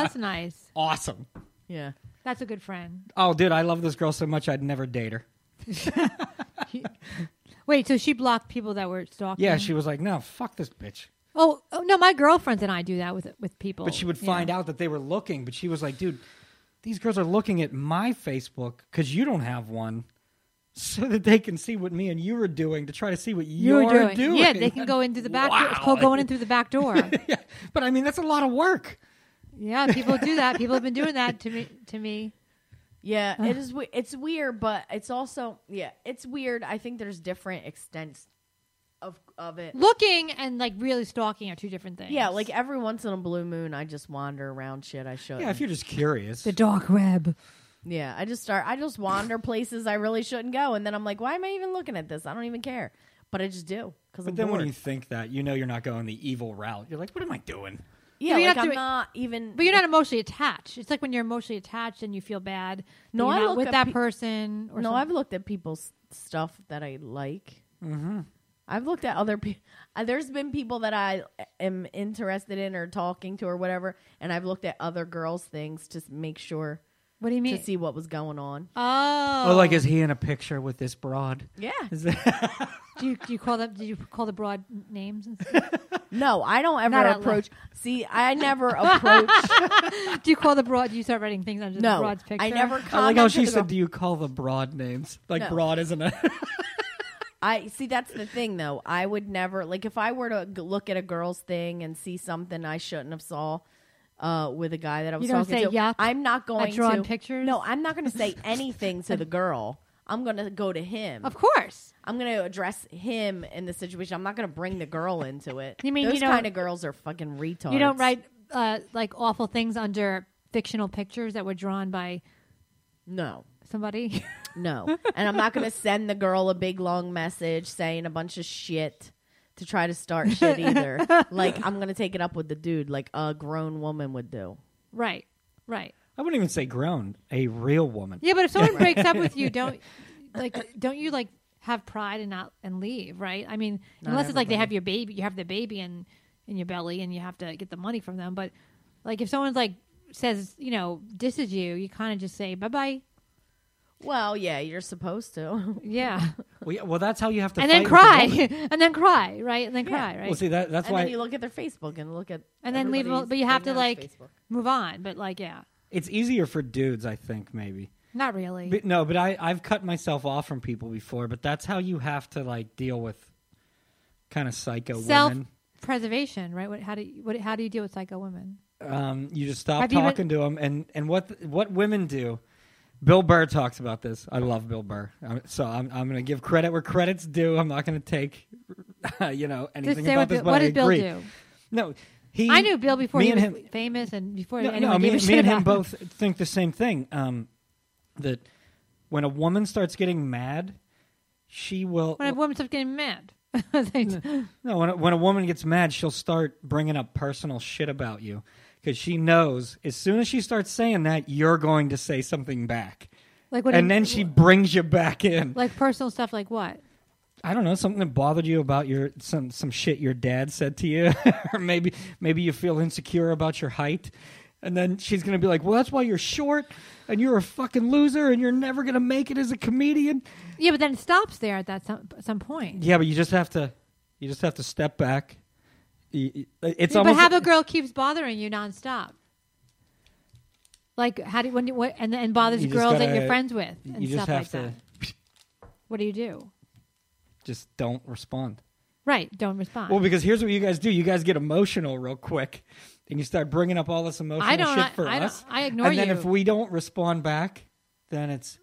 Speaker 3: that's nice.
Speaker 5: Awesome.
Speaker 4: Yeah.
Speaker 3: That's a good friend.
Speaker 5: Oh, dude, I love this girl so much I'd never date her.
Speaker 3: Wait, so she blocked people that were stalking.
Speaker 5: Yeah, she was like, no, fuck this bitch.
Speaker 3: Oh, oh no, my girlfriends and I do that with with people.
Speaker 5: But she would find out that they were looking. But she was like, dude, these girls are looking at my Facebook because you don't have one so that they can see what me and you are doing to try to see what you're,
Speaker 3: You're
Speaker 5: doing.
Speaker 3: Yeah, they can go in through the back door. It's
Speaker 5: Wow.
Speaker 3: called going in through the back door.
Speaker 5: Yeah, but I mean, that's a lot of work.
Speaker 3: yeah, people do that. People have been doing that to me. To me,
Speaker 4: Yeah, it is. we- It's weird, but it's also yeah, it's weird. I think there's different extents of of it.
Speaker 3: looking and like really stalking are two different things.
Speaker 4: Yeah, like every once in a blue moon, I just wander around shit I shouldn't.
Speaker 5: Yeah, if you're just curious.
Speaker 3: the dark web.
Speaker 4: Yeah, I just start. I just wander places I really shouldn't go, and then I'm like, why am I even looking at this? I don't even care, but I just do because I'm
Speaker 5: But then
Speaker 4: bored.
Speaker 5: when you think that, you know you're not going the evil route. You're like, what am I doing?
Speaker 4: yeah,
Speaker 3: But you're
Speaker 4: like
Speaker 3: not
Speaker 4: I'm
Speaker 3: doing-
Speaker 4: not even.
Speaker 3: But you're not emotionally attached. It's like when you're emotionally attached and you feel bad. that
Speaker 4: No,
Speaker 3: you're
Speaker 4: I
Speaker 3: not
Speaker 4: look
Speaker 3: with
Speaker 4: at
Speaker 3: that
Speaker 4: pe-
Speaker 3: person. Or
Speaker 4: no, I've
Speaker 3: something.
Speaker 4: looked at people's stuff that I like. Mm-hmm. I've looked at other people. There's been people that I eh, am interested in or talking to or whatever, and I've looked at other girls' things to s- make sure
Speaker 3: What do you mean?
Speaker 4: to see what was going on.
Speaker 3: oh,
Speaker 5: Oh, like is he in a picture with this broad?
Speaker 4: Yeah.
Speaker 5: Is that-
Speaker 3: do you, do you call that? Did you call the broad names? And stuff?
Speaker 4: No, I don't ever
Speaker 3: Not out
Speaker 4: approach. See, I never approach.
Speaker 3: do you call the broad? Do you start writing things under the
Speaker 4: no,
Speaker 3: broad's picture?
Speaker 4: I never
Speaker 5: I like how she
Speaker 4: comment.
Speaker 5: said, "Do you call the broad names?" Like
Speaker 4: No.
Speaker 5: broad isn't a
Speaker 4: I see. That's the thing, though. I would never like if I were to g- look at a girl's thing and see something I shouldn't have saw uh, with a guy that I was
Speaker 3: don't
Speaker 4: talking
Speaker 3: say,
Speaker 4: to.
Speaker 3: "Yuck,
Speaker 4: I'm not going
Speaker 3: drawn
Speaker 4: to
Speaker 3: pictures."
Speaker 4: No, I'm not going to say anything to the girl. I'm going to go to him.
Speaker 3: Of course.
Speaker 4: I'm going to address him in the situation. I'm not going to bring the girl into it.
Speaker 3: You mean
Speaker 4: those
Speaker 3: you don't-
Speaker 4: kind of girls are fucking retards?
Speaker 3: You don't write uh, like awful things under fictional pictures that were drawn by
Speaker 4: No.
Speaker 3: somebody.
Speaker 4: No. And I'm not going to send the girl a big long message saying a bunch of shit to try to start shit either. like, I'm going to take it up with the dude, like a grown woman would do.
Speaker 3: right. Right.
Speaker 5: I wouldn't even say grown. A real woman.
Speaker 3: Yeah, but if someone breaks up with you, don't like don't you like have pride and not and leave, right? I mean, unless it's like they have your baby, you have the baby in in your belly and you have to get the money from them, but like if someone's like says, you know, disses you, you kind of just say bye-bye.
Speaker 4: Well, yeah, you're supposed to.
Speaker 3: Yeah.
Speaker 5: Well, yeah, well, that's how you have to.
Speaker 3: and then
Speaker 5: fight with the
Speaker 3: cry.
Speaker 5: woman.
Speaker 3: and then cry, right? And then cry, right?
Speaker 5: Well, see that that's
Speaker 4: and
Speaker 5: why
Speaker 4: then you look at their Facebook and look at.
Speaker 3: and then leave
Speaker 4: everybody's
Speaker 3: them, but you have to
Speaker 4: thing on
Speaker 3: like
Speaker 4: Facebook.
Speaker 3: move on, but like yeah.
Speaker 5: it's easier for dudes. I think maybe.
Speaker 3: Not really.
Speaker 5: But, no, but I I've cut myself off from people before. But that's how you have to like deal with kind of psycho
Speaker 3: Self
Speaker 5: women.
Speaker 3: preservation, right? What how do you, what how do you deal with psycho women?
Speaker 5: um, you just stop
Speaker 3: Have you been-
Speaker 5: talking to 'em to them and and what what women do bill burr talks about this i love bill burr I'm, so I'm, I'm gonna give credit where credit's due i'm not gonna take you know anything
Speaker 3: say
Speaker 5: about
Speaker 3: what
Speaker 5: this
Speaker 3: Bill-
Speaker 5: but
Speaker 3: what
Speaker 5: I
Speaker 3: did Bill
Speaker 5: agree.
Speaker 3: do?
Speaker 5: no he
Speaker 3: I knew Bill before
Speaker 5: me
Speaker 3: he
Speaker 5: and
Speaker 3: was
Speaker 5: him
Speaker 3: famous and before
Speaker 5: no,
Speaker 3: anyone
Speaker 5: no me,
Speaker 3: gave a
Speaker 5: and-
Speaker 3: shit
Speaker 5: me and
Speaker 3: about
Speaker 5: him both think the same thing um, that when a woman starts getting mad she will
Speaker 3: When a woman starts getting mad, They-
Speaker 5: No, when a, when a woman gets mad, she'll start bringing up personal shit about you because she knows as soon as she starts saying that, you're going to say something back.
Speaker 3: like what?
Speaker 5: and then she brings you back in.
Speaker 3: like personal stuff, like what?
Speaker 5: I don't know something that bothered you about your some some shit your dad said to you, or maybe maybe you feel insecure about your height, and then she's gonna be like, "Well, that's why you're short, and you're a fucking loser, and you're never gonna make it as a comedian."
Speaker 3: Yeah, but then it stops there at that some, some point.
Speaker 5: Yeah, but you just have to you just have to step back. Y- y- It's
Speaker 3: Yeah, but
Speaker 5: almost
Speaker 3: how if a girl keeps bothering you nonstop? Like how do you, when you, what and and bothers
Speaker 5: You just
Speaker 3: girls that
Speaker 5: gotta-
Speaker 3: you're friends with and
Speaker 5: you just
Speaker 3: stuff like
Speaker 5: have to-
Speaker 3: that. What do you do?
Speaker 5: just don't respond.
Speaker 3: Right, don't respond.
Speaker 5: Well, because here's what you guys do: you guys get emotional real quick, and you start bringing up all this emotional
Speaker 3: I don't-
Speaker 5: shit for
Speaker 3: I- I don't-
Speaker 5: us.
Speaker 3: I ignore
Speaker 5: And then
Speaker 3: you.
Speaker 5: if we don't respond back, then it's,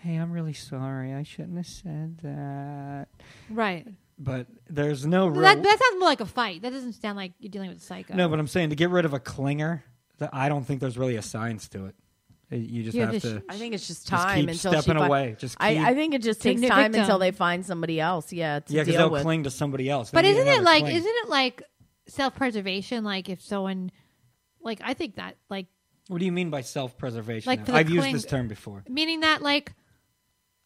Speaker 5: "Hey, I'm really sorry. I shouldn't have said that."
Speaker 3: right.
Speaker 5: But there's no real.
Speaker 3: That, that sounds more like a fight. That doesn't sound like you're dealing with a psycho.
Speaker 5: no, but I'm saying to get rid of a clinger, that I don't think there's really a science to it. Uh, You just
Speaker 3: You
Speaker 5: have
Speaker 3: have to
Speaker 5: to.
Speaker 3: sh-
Speaker 4: I think it's just
Speaker 5: Just
Speaker 4: time
Speaker 5: keep
Speaker 4: until
Speaker 5: stepping
Speaker 4: she fi-
Speaker 5: away. Just keep-
Speaker 4: I, I think it just takes
Speaker 3: Take the
Speaker 4: time
Speaker 3: victim.
Speaker 4: until they find somebody else. Yeah, to
Speaker 5: yeah, because
Speaker 4: deal
Speaker 5: they'll
Speaker 4: with.
Speaker 5: cling to somebody else. They
Speaker 3: But
Speaker 5: need
Speaker 3: isn't it
Speaker 5: another
Speaker 3: like
Speaker 5: cling.
Speaker 3: isn't it like self preservation? Like if someone like I think that like
Speaker 5: What do you mean by self-preservation?
Speaker 3: Like
Speaker 5: now?
Speaker 3: for the
Speaker 5: I've used
Speaker 3: cling-
Speaker 5: this term before.
Speaker 3: meaning that like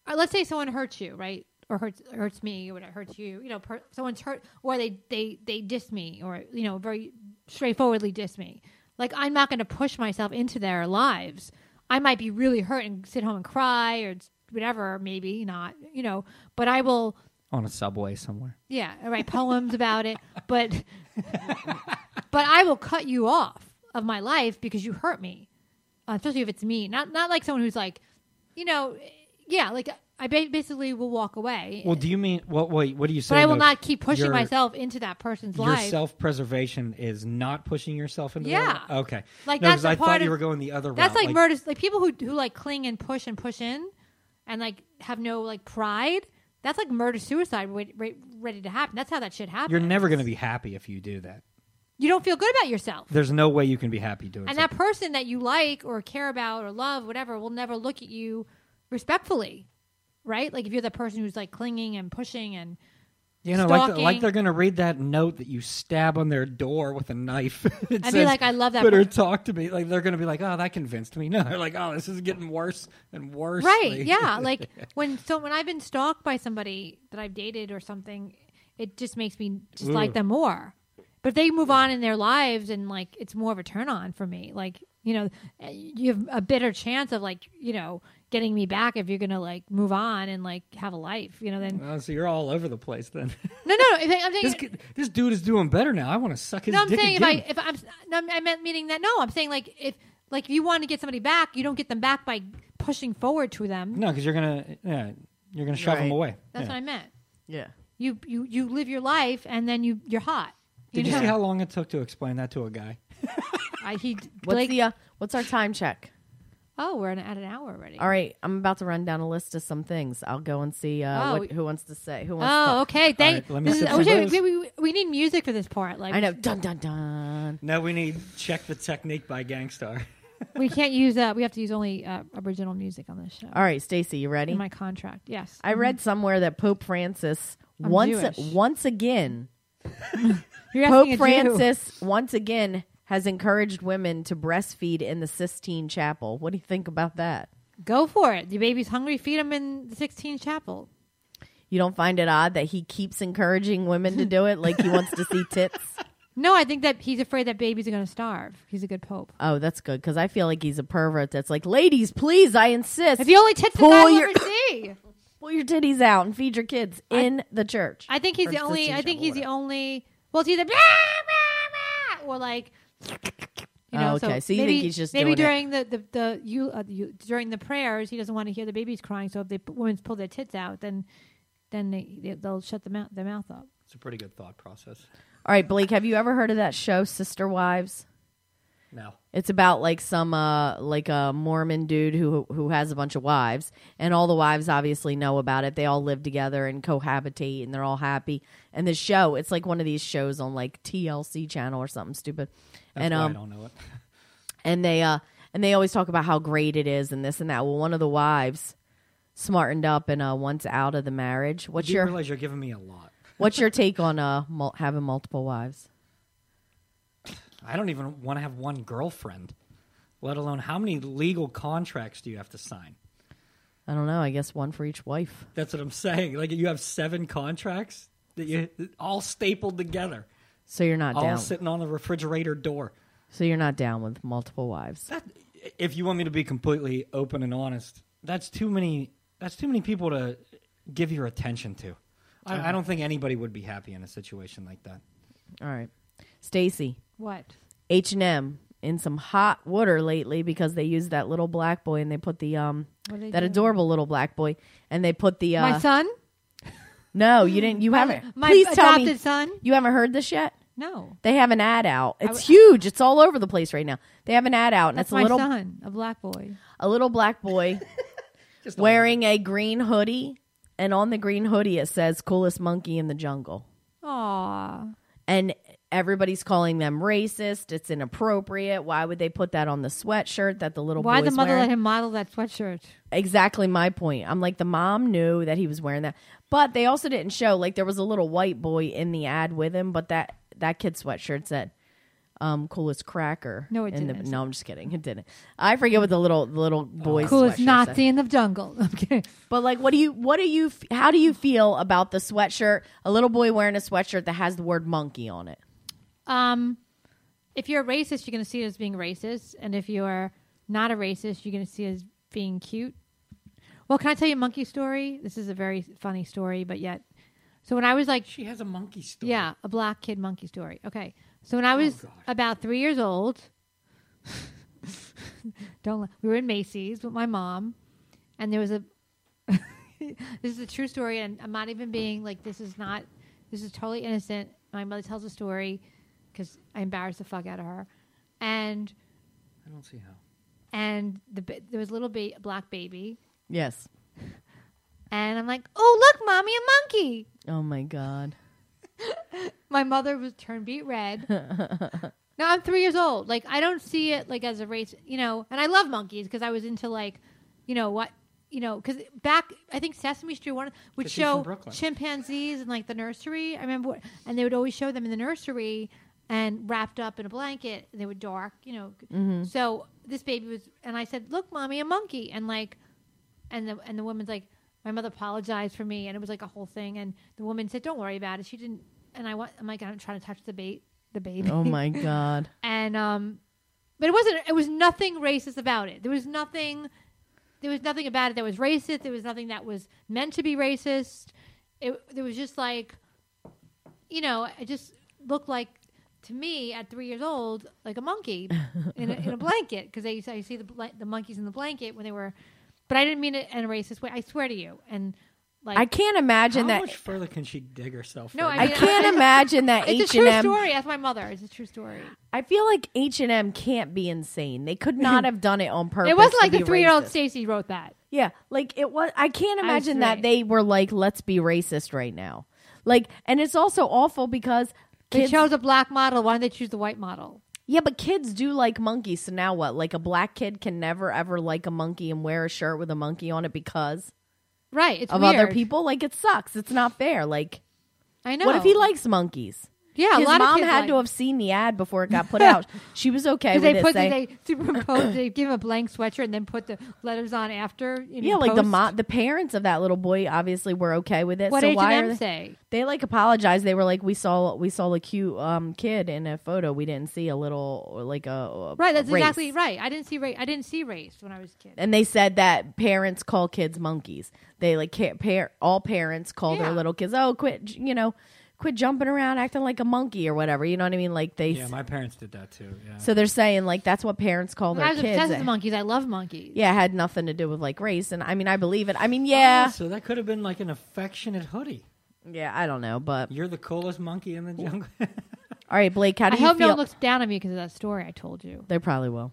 Speaker 3: uh, let's say someone hurts you, right? Or hurts hurts me or whatever hurts you, you know, per, someone's hurt or they they they diss me or you know, very straightforwardly diss me. Like I'm not going to push myself into their lives. I might be really hurt and sit home and cry or whatever, maybe not, you know, but I will
Speaker 5: On a subway somewhere.
Speaker 3: Yeah, I write poems about it, but but I will cut you off of my life because you hurt me, uh, especially if it's me. Not not like someone who's like, you know, yeah, like I ba- basically will walk away,
Speaker 5: Well, do you mean what? Wait, what do you say?
Speaker 3: but I will
Speaker 5: though?
Speaker 3: not keep pushing
Speaker 5: Your-
Speaker 3: myself into that person's
Speaker 5: Your
Speaker 3: life.
Speaker 5: self-preservation is not pushing yourself into.
Speaker 3: Yeah.
Speaker 5: That? Okay.
Speaker 3: Like,
Speaker 5: no,
Speaker 3: that's
Speaker 5: 'cause
Speaker 3: a
Speaker 5: I
Speaker 3: part
Speaker 5: thought you
Speaker 3: of-
Speaker 5: were going the other
Speaker 3: That's
Speaker 5: route.
Speaker 3: like, murder. Like people who who like cling and push and push in, and like have no like pride. That's like murder suicide re- re- ready to happen. That's how that shit happens.
Speaker 5: You're never going to be happy if you do that.
Speaker 3: You don't feel good about yourself.
Speaker 5: There's no way you can be happy doing
Speaker 3: and
Speaker 5: something.
Speaker 3: that person that you like or care about or love whatever will never look at you respectfully right like if you're the person who's like clinging and pushing and
Speaker 5: You know, like, the-
Speaker 3: Stalking.
Speaker 5: like they're gonna read that note that you stab on their door with a knife. It
Speaker 3: be
Speaker 5: says,
Speaker 3: like, I love that
Speaker 5: Better
Speaker 3: part."
Speaker 5: talk to me. Like they're gonna be like, oh, that convinced me. No, they're like, oh, this is getting worse and worse.
Speaker 3: right
Speaker 5: Like-
Speaker 3: yeah like when so when i've been stalked by somebody that i've dated or something it just makes me just like them more but they move on in their lives and like it's more of a turn on for me like you know eh, you have a better chance of like you know getting me back if you're gonna like move on and like have a life you know then
Speaker 5: Oh, so you're all over the place then.
Speaker 3: no no no if I- i'm
Speaker 5: this,
Speaker 3: saying
Speaker 5: kid- this dude is doing better now. I want to suck his
Speaker 3: no i'm
Speaker 5: dick
Speaker 3: saying if i
Speaker 5: again.
Speaker 3: if i'm no, i meant meaning that no i'm saying like if like if you want to get somebody back you don't get them back by pushing forward to them
Speaker 5: No, because you're gonna yeah, you're gonna shove
Speaker 4: Right.
Speaker 5: him away.
Speaker 3: that's
Speaker 5: Yeah.
Speaker 3: what i meant
Speaker 4: Yeah.
Speaker 3: you you you live your life and then you you're hot.
Speaker 5: Did you
Speaker 3: know?
Speaker 5: see how long it took to explain that to a guy?
Speaker 3: I, he
Speaker 4: What's
Speaker 3: Blake-
Speaker 4: the uh, what's our time check?
Speaker 3: oh we're at an hour already.
Speaker 4: All right, I'm about to run down a list of some things. I'll go and see uh,
Speaker 3: Oh.
Speaker 4: what, who wants to say who wants.
Speaker 3: Oh
Speaker 4: to
Speaker 3: okay. Thank.
Speaker 5: right, let me
Speaker 3: this is-
Speaker 5: sip
Speaker 3: oh,
Speaker 5: some
Speaker 3: shit,
Speaker 5: booze.
Speaker 3: we, we, we need music for this part. Like
Speaker 4: I know. Dun dun dun.
Speaker 5: No, we need check the technique by Gangstar.
Speaker 3: we can't use that. We have to use only uh, original music on this show.
Speaker 4: All right, Stacy, you ready?
Speaker 3: In my contract, yes.
Speaker 4: I read somewhere that Pope Francis
Speaker 3: Mm-hmm. I'm
Speaker 4: once
Speaker 3: Jewish.
Speaker 4: once again
Speaker 3: You're asking
Speaker 4: Pope
Speaker 3: a Jew.
Speaker 4: Francis once again has encouraged women to breastfeed in the Sistine Chapel. What do you think about that?
Speaker 3: Go for it. Your baby's hungry. Feed him in the 16 Chapel.
Speaker 4: You don't find it odd that he keeps encouraging women to do it like he wants to see tits?
Speaker 3: No, I think that he's afraid that babies are going to starve. He's a good pope.
Speaker 4: Oh, that's good because I feel like he's a pervert. That's like, ladies, please, I insist.
Speaker 3: If you only tits the guy
Speaker 4: Pull
Speaker 3: will
Speaker 4: your-
Speaker 3: ever see.
Speaker 4: pull your titties out and feed your kids in the church.
Speaker 3: I think he's
Speaker 4: Or
Speaker 3: the only.
Speaker 4: Sistine
Speaker 3: I think
Speaker 4: Chapel,
Speaker 3: he's the
Speaker 4: whatever.
Speaker 3: only. Well, it's either blah, blah, blah, or like. You know,
Speaker 4: Oh, okay. So you think
Speaker 3: maybe,
Speaker 4: he's just
Speaker 3: maybe
Speaker 4: doing
Speaker 3: during the the the you, uh, you during the prayers he doesn't want to hear the babies crying. So if the p- women pull their tits out, then then they they- they'll shut the mouth their mouth up.
Speaker 5: It's a pretty good thought process.
Speaker 4: All right, Blake, have you ever heard of that show, Sister Wives?
Speaker 5: Now,
Speaker 4: It's about like some uh like a Mormon dude who who has a bunch of wives and all the wives obviously know about it. They all live together and cohabitate and they're all happy. And the show, it's like one of these shows on like TLC channel or something stupid.
Speaker 5: that's
Speaker 4: and
Speaker 5: why
Speaker 4: um
Speaker 5: I don't know it.
Speaker 4: and they uh and they always talk about how great it is and this and that. Well, one of the wives smartened up and uh once out of the marriage. What's
Speaker 5: You
Speaker 4: your
Speaker 5: realize you're giving me a lot.
Speaker 4: what's your take on uh mul- having multiple wives?
Speaker 5: I don't even want to have one girlfriend, let alone how many legal contracts do you have to sign?
Speaker 4: I don't know. I guess one for each wife.
Speaker 5: That's what I'm saying. Like you have seven contracts that you all stapled together,
Speaker 4: So you're not
Speaker 5: all
Speaker 4: down.
Speaker 5: sitting on the refrigerator door.
Speaker 4: so you're not down with multiple wives.
Speaker 5: That, if you want me to be completely open and honest, that's too many. That's too many people to give your attention to. I, I don't think anybody would be happy in a situation like that.
Speaker 4: All right, Stacy.
Speaker 3: What?
Speaker 4: H and M in some hot water lately because they used that little black boy and they put the um
Speaker 3: What did they
Speaker 4: that
Speaker 3: do?
Speaker 4: adorable little black boy and they put the uh,
Speaker 3: My son?
Speaker 4: No, you didn't. You haven't.
Speaker 3: My
Speaker 4: please tell
Speaker 3: adopted
Speaker 4: me
Speaker 3: son?
Speaker 4: you haven't heard this yet.
Speaker 3: No,
Speaker 4: They have an ad out. It's
Speaker 3: w-
Speaker 4: huge. It's all over the place right now. They have an ad out and
Speaker 3: that's
Speaker 4: it's a
Speaker 3: my
Speaker 4: little
Speaker 3: son, a black boy.
Speaker 4: a little black boy wearing a green hoodie and on the green hoodie it says coolest monkey in the jungle.
Speaker 3: Aw,
Speaker 4: and everybody's calling them racist. It's inappropriate. Why would they put that on the sweatshirt that the little
Speaker 3: why
Speaker 4: boy's
Speaker 3: the mother
Speaker 4: wearing?
Speaker 3: let him model that sweatshirt?
Speaker 4: Exactly my point. I'm like the mom knew that he was wearing that, but they also didn't show like there was a little white boy in the ad with him, but that that kid's sweatshirt said. Um, coolest cracker.
Speaker 3: No, it
Speaker 4: in the-
Speaker 3: didn't.
Speaker 4: no, I'm just kidding. It didn't. I forget what the little the little boy.
Speaker 3: Coolest
Speaker 4: sweatshirt said.
Speaker 3: Nazi in the jungle. Okay,
Speaker 4: But like, what do you, what do you, f- how do you feel about the sweatshirt? A little boy wearing a sweatshirt that has the word monkey on it.
Speaker 3: um, if you're a racist, you're going to see it as being racist, and if you're not a racist, you're going to see it as being cute. Well, can I tell you a monkey story? This is a very funny story, but yet, so when I was like,
Speaker 5: She has a monkey story.
Speaker 3: yeah, a black kid monkey story. Okay, so when I was about three years old, don't la- we were in Macy's with my mom, and there was a. this is a true story, and I'm not even being like this is not. This is totally innocent. My mother tells a story because I embarrassed the fuck out of her, and
Speaker 5: I don't see how.
Speaker 3: and the ba- there was a little ba- black baby,
Speaker 4: Yes.
Speaker 3: and I'm like, oh look, mommy, a monkey.
Speaker 4: Oh my god.
Speaker 3: my mother was turned beet red. no, I'm three years old. Like I don't see it like as a race, you know. And I love monkeys because I was into like, you know what, you know, because back I think Sesame Street one would
Speaker 5: 'Cause she's from
Speaker 3: show
Speaker 5: Brooklyn.
Speaker 3: chimpanzees in like the nursery. I remember, what- and they would always show them in the nursery and wrapped up in a blanket. They were dark, you know. So this baby was, and I said, "Look, mommy, a monkey," and like, and the and the woman's like, my mother apologized for me, and it was like a whole thing. And the woman said, "Don't worry about it." She didn't, and I want, I'm like, I'm trying to touch the bait, the baby.
Speaker 4: Oh my god.
Speaker 3: and um but it wasn't it was nothing racist about it there was nothing there was nothing about it that was racist there was nothing that was meant to be racist it there was just like you know it just looked like to me at three years old like a monkey in a, in a blanket because they I see the bla- the monkeys in the blanket when they were but I didn't mean it in a racist way I swear to you and like
Speaker 4: I can't imagine
Speaker 5: How
Speaker 4: that.
Speaker 5: much further can she dig herself?
Speaker 3: No,
Speaker 5: further?
Speaker 3: I
Speaker 4: I
Speaker 3: mean,
Speaker 4: can't imagine that
Speaker 3: it's
Speaker 4: H
Speaker 3: a
Speaker 4: and
Speaker 3: true
Speaker 4: M.
Speaker 3: story that's my mother it's a true story
Speaker 4: I feel like H and M can't be insane. They could not have done it on purpose.
Speaker 3: it wasn't
Speaker 4: to
Speaker 3: like the
Speaker 4: be
Speaker 3: three year old
Speaker 4: racist.
Speaker 3: Stacy wrote that
Speaker 4: Yeah, like it was. I can't imagine that
Speaker 3: three.
Speaker 4: they were like, "Let's be racist right now." Like, and it's also awful because
Speaker 3: They
Speaker 4: kids.
Speaker 3: chose a black model. Why didn't they choose the white model?
Speaker 4: yeah, but kids do like monkeys. So now what? Like a black kid can never ever like a monkey and wear a shirt with a monkey on it because
Speaker 3: Right. It's
Speaker 4: of
Speaker 3: weird.
Speaker 4: other people. Like it sucks. It's not fair. Like,
Speaker 3: I know.
Speaker 4: what if he likes monkeys?
Speaker 3: Yeah, a
Speaker 4: His
Speaker 3: lot of
Speaker 4: mom
Speaker 3: kids
Speaker 4: had
Speaker 3: like-
Speaker 4: to have seen the ad before it got put out. She was okay
Speaker 3: Did
Speaker 4: with
Speaker 3: they
Speaker 4: it.
Speaker 3: put?
Speaker 4: saying-
Speaker 3: Did they superimpose? they give him a blank sweatshirt and then put the letters on after. You know,
Speaker 4: yeah, like the
Speaker 3: post?
Speaker 4: mo- the parents of that little boy obviously were okay with it.
Speaker 3: What
Speaker 4: so
Speaker 3: H
Speaker 4: why
Speaker 3: and
Speaker 4: are
Speaker 3: M
Speaker 4: they-
Speaker 3: say?
Speaker 4: They like apologized. They were like, "We saw we saw a cute um, kid in a photo. We didn't see a little or like a, a
Speaker 3: Right. That's
Speaker 4: race."
Speaker 3: exactly right. I didn't see race. I didn't see race when I was a kid.
Speaker 4: And they said that parents call kids monkeys. They like ca- par- all parents call
Speaker 3: Yeah.
Speaker 4: their little kids, "Oh, quit, j- you know, quit jumping around acting like a monkey or whatever." You know what I mean? Like they.
Speaker 5: Yeah, my parents did that too. Yeah.
Speaker 4: so they're saying like that's what parents call
Speaker 3: When I
Speaker 4: their
Speaker 3: was
Speaker 4: kids. eh.
Speaker 3: obsessed with monkeys. I love monkeys.
Speaker 4: yeah, it had nothing to do with like race, and I mean, I believe it. I mean, yeah,
Speaker 5: So that could have been like an affectionate hoodie.
Speaker 3: Oh.
Speaker 4: yeah, I don't know, but
Speaker 5: You're the coolest monkey in the jungle.
Speaker 4: all right, Blake, how do
Speaker 3: I
Speaker 4: you
Speaker 3: hope no one
Speaker 4: feel?
Speaker 3: looks down on me because of that story I told you.
Speaker 4: they probably will.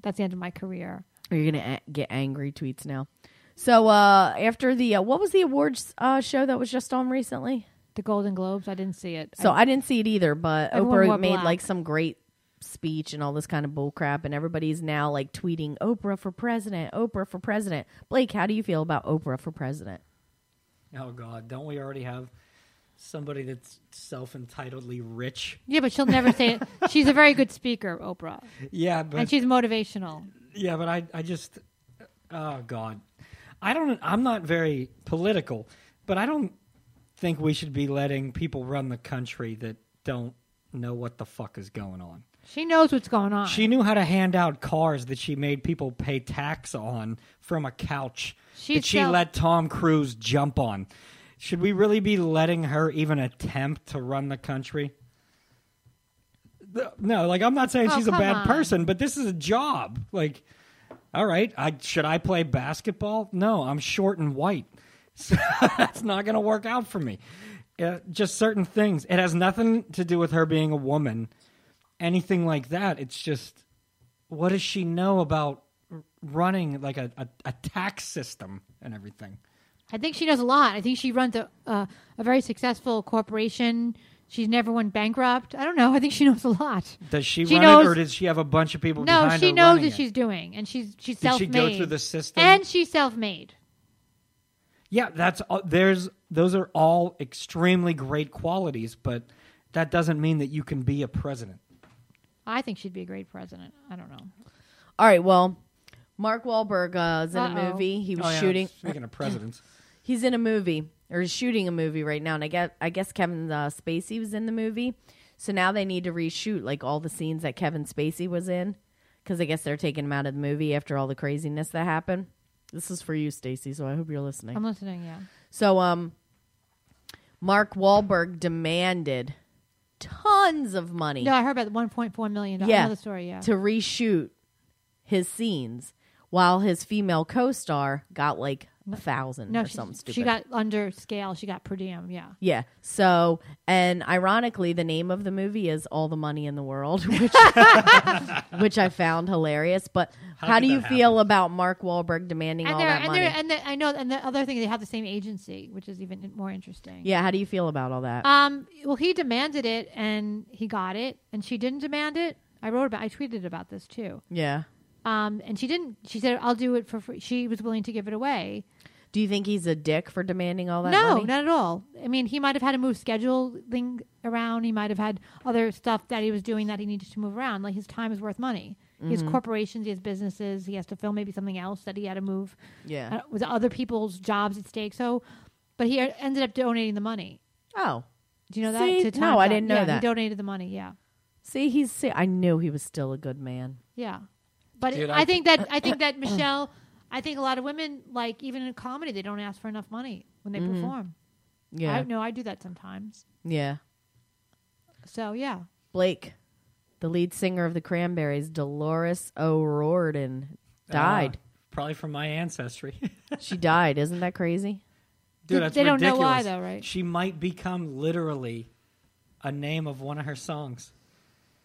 Speaker 3: That's the end of my career.
Speaker 4: You're gonna a- get angry tweets now. So uh, after the uh, what was the awards uh, show that was just on recently?
Speaker 3: The Golden Globes. I didn't see it.
Speaker 4: So I, didn't see it either, but
Speaker 3: Everyone wore
Speaker 4: Oprah made
Speaker 3: black.
Speaker 4: like some great speech and all this kind of bull crap, and everybody's now like tweeting Oprah for president, Oprah for president. Blake, how do you feel about Oprah for president?
Speaker 5: oh God, don't we already have somebody that's self-entitledly rich?
Speaker 3: yeah, but she'll never say it. She's a very good speaker, Oprah,
Speaker 5: Yeah, but
Speaker 3: and she's motivational.
Speaker 5: Yeah, but I, I just, oh God, I don't. I'm not very political, but I don't think we should be letting people run the country that don't know what the fuck is going on.
Speaker 3: She knows what's going on.
Speaker 5: She knew how to hand out cars that she made people pay tax on from a couch
Speaker 3: She
Speaker 5: that she
Speaker 3: sell-
Speaker 5: let Tom Cruise jump on. Should we really be letting her even attempt to run the country? Th- No, like I'm not saying
Speaker 3: Oh,
Speaker 5: she's a
Speaker 3: come
Speaker 5: bad
Speaker 3: on.
Speaker 5: person, but this is a job. Like, all right, I should I play basketball? No, I'm short and white. So that's not going to work out for me. Uh, just certain things. It has nothing to do with her being a woman, anything like that. It's just, what does she know about r- running like a, a, a tax system and everything?
Speaker 3: I think she knows a lot. I think she runs a uh, a very successful corporation. She's never went bankrupt. I don't know. I think she knows a lot.
Speaker 5: Does she,
Speaker 3: She
Speaker 5: run it, or
Speaker 3: knows-
Speaker 5: does she have a bunch of people?
Speaker 3: No,
Speaker 5: behind
Speaker 3: she
Speaker 5: her
Speaker 3: knows
Speaker 5: running
Speaker 3: what
Speaker 5: it?
Speaker 3: she's doing, and she's she's
Speaker 5: Did
Speaker 3: self
Speaker 5: she
Speaker 3: made.
Speaker 5: go through the system?
Speaker 3: and she's self made.
Speaker 5: Yeah, that's all, there's those are all extremely great qualities, but that doesn't mean that you can be a president.
Speaker 3: I think she'd be a great president. I don't know.
Speaker 4: All right, well, Mark Wahlberg uh, is in a
Speaker 3: Uh-oh.
Speaker 4: movie. He was
Speaker 5: Oh, yeah,
Speaker 4: shooting.
Speaker 5: Speaking of presidents,
Speaker 4: he's in a movie or he's shooting a movie right now and i guess i guess kevin uh, spacey was in the movie so now they need to reshoot like all the scenes that kevin spacey was in because i guess they're taking him out of the movie after all the craziness that happened this is for you stacy so i hope you're listening
Speaker 3: I'm listening. Yeah,
Speaker 4: so um mark Wahlberg demanded tons of money
Speaker 3: no, I heard about the 1.4 million.
Speaker 4: Yeah.
Speaker 3: another story. Yeah,
Speaker 4: to reshoot his scenes while his female co-star got like a thousand
Speaker 3: no,
Speaker 4: or
Speaker 3: she,
Speaker 4: something stupid
Speaker 3: she got under scale. She got per diem. Yeah,
Speaker 4: Yeah. So, and ironically, the name of the movie is "All the Money in the World," which which I found hilarious. But how,
Speaker 5: could
Speaker 4: do you
Speaker 5: that
Speaker 4: feel about Mark Wahlberg demanding
Speaker 3: and
Speaker 4: all
Speaker 3: they're
Speaker 4: that
Speaker 3: and
Speaker 4: money?
Speaker 3: they're and the, I know. And the other thing, they have the same agency, which is even more interesting.
Speaker 4: yeah. How do you feel about all that?
Speaker 3: Um, well, he demanded it and he got it, and she didn't demand it. I wrote about, I tweeted about this too.
Speaker 4: yeah.
Speaker 3: Um, and she didn't. She said, "I'll do it for free." She was willing to give it away.
Speaker 4: Do you think he's a dick for demanding all that
Speaker 3: no,
Speaker 4: money?
Speaker 3: not at all. I mean, he might have had to move scheduling around. He might have had other stuff that he was doing that he needed to move around. Like his time is worth money. He
Speaker 4: Mm-hmm.
Speaker 3: has corporations, he has businesses, he has to film maybe something else that he had to move
Speaker 4: Yeah.
Speaker 3: uh, with other people's jobs at stake. So, but he uh, ended up donating the money.
Speaker 4: Oh,
Speaker 3: Do you know
Speaker 4: See?
Speaker 3: that?
Speaker 4: No,
Speaker 3: Time's
Speaker 4: I
Speaker 3: Up.
Speaker 4: didn't know
Speaker 3: Yeah, He
Speaker 4: that.
Speaker 3: donated the money. Yeah,
Speaker 4: see, he's. See, I knew he was still a good man.
Speaker 3: yeah. But
Speaker 5: Dude,
Speaker 3: I,
Speaker 5: I-
Speaker 3: think that I think that Michelle, I think a lot of women like even in comedy they don't ask for enough money when they perform.
Speaker 4: Yeah,
Speaker 3: I know I do that sometimes.
Speaker 4: yeah.
Speaker 3: So yeah.
Speaker 4: Blake, the lead singer of the Cranberries, Dolores O'Riordan,
Speaker 5: Ah.
Speaker 4: died.
Speaker 5: Uh, Probably from my ancestry.
Speaker 4: she died. Isn't that crazy?
Speaker 3: They-
Speaker 5: Dude, that's
Speaker 3: they don't know why,
Speaker 5: ridiculous.
Speaker 3: though, right?
Speaker 5: She might become literally a name of one of her songs.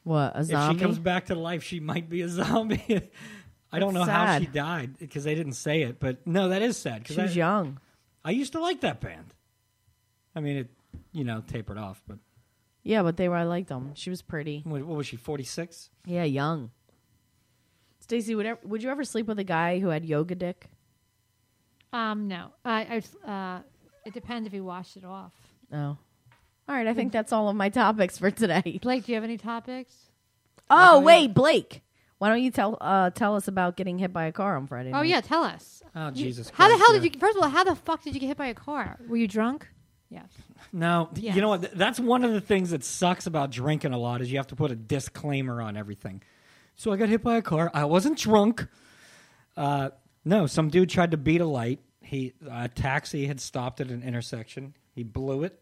Speaker 4: What a
Speaker 5: If
Speaker 4: zombie?
Speaker 5: she comes back to life, she might be a zombie. I don't know
Speaker 4: That's
Speaker 5: how she
Speaker 4: sad.
Speaker 5: died because they didn't say it, but no, that is sad.
Speaker 4: she
Speaker 5: I,
Speaker 4: was young.
Speaker 5: I used to like that band. I mean, it you know tapered off, but
Speaker 4: Yeah, but they were. I liked them. She was pretty.
Speaker 5: what, what was she? Forty six?
Speaker 4: Yeah, young. Stacy, would ever, would you ever sleep with a guy who had yoga dick?
Speaker 3: Um, no. I, I, uh, it depends if he washed it off.
Speaker 4: No. All right, I think that's all of my topics for today.
Speaker 3: Blake, do you have any topics?
Speaker 4: Oh wait, Blake, why don't you tell uh, tell us about getting hit by a car on Friday?
Speaker 3: Oh
Speaker 4: night?
Speaker 3: yeah, tell us.
Speaker 5: Oh Jesus!
Speaker 3: How the
Speaker 5: Christ,
Speaker 3: hell
Speaker 5: yeah.
Speaker 3: did you? First of all, how the fuck did you get hit by a car? Were you drunk? Yes.
Speaker 5: No, th-
Speaker 3: Yes.
Speaker 5: you know what? Th- That's one of the things that sucks about drinking a lot is you have to put a disclaimer on everything. So I got hit by a car. I wasn't drunk. Uh, no, some dude tried to beat a light. He a taxi had stopped at an intersection. He blew it,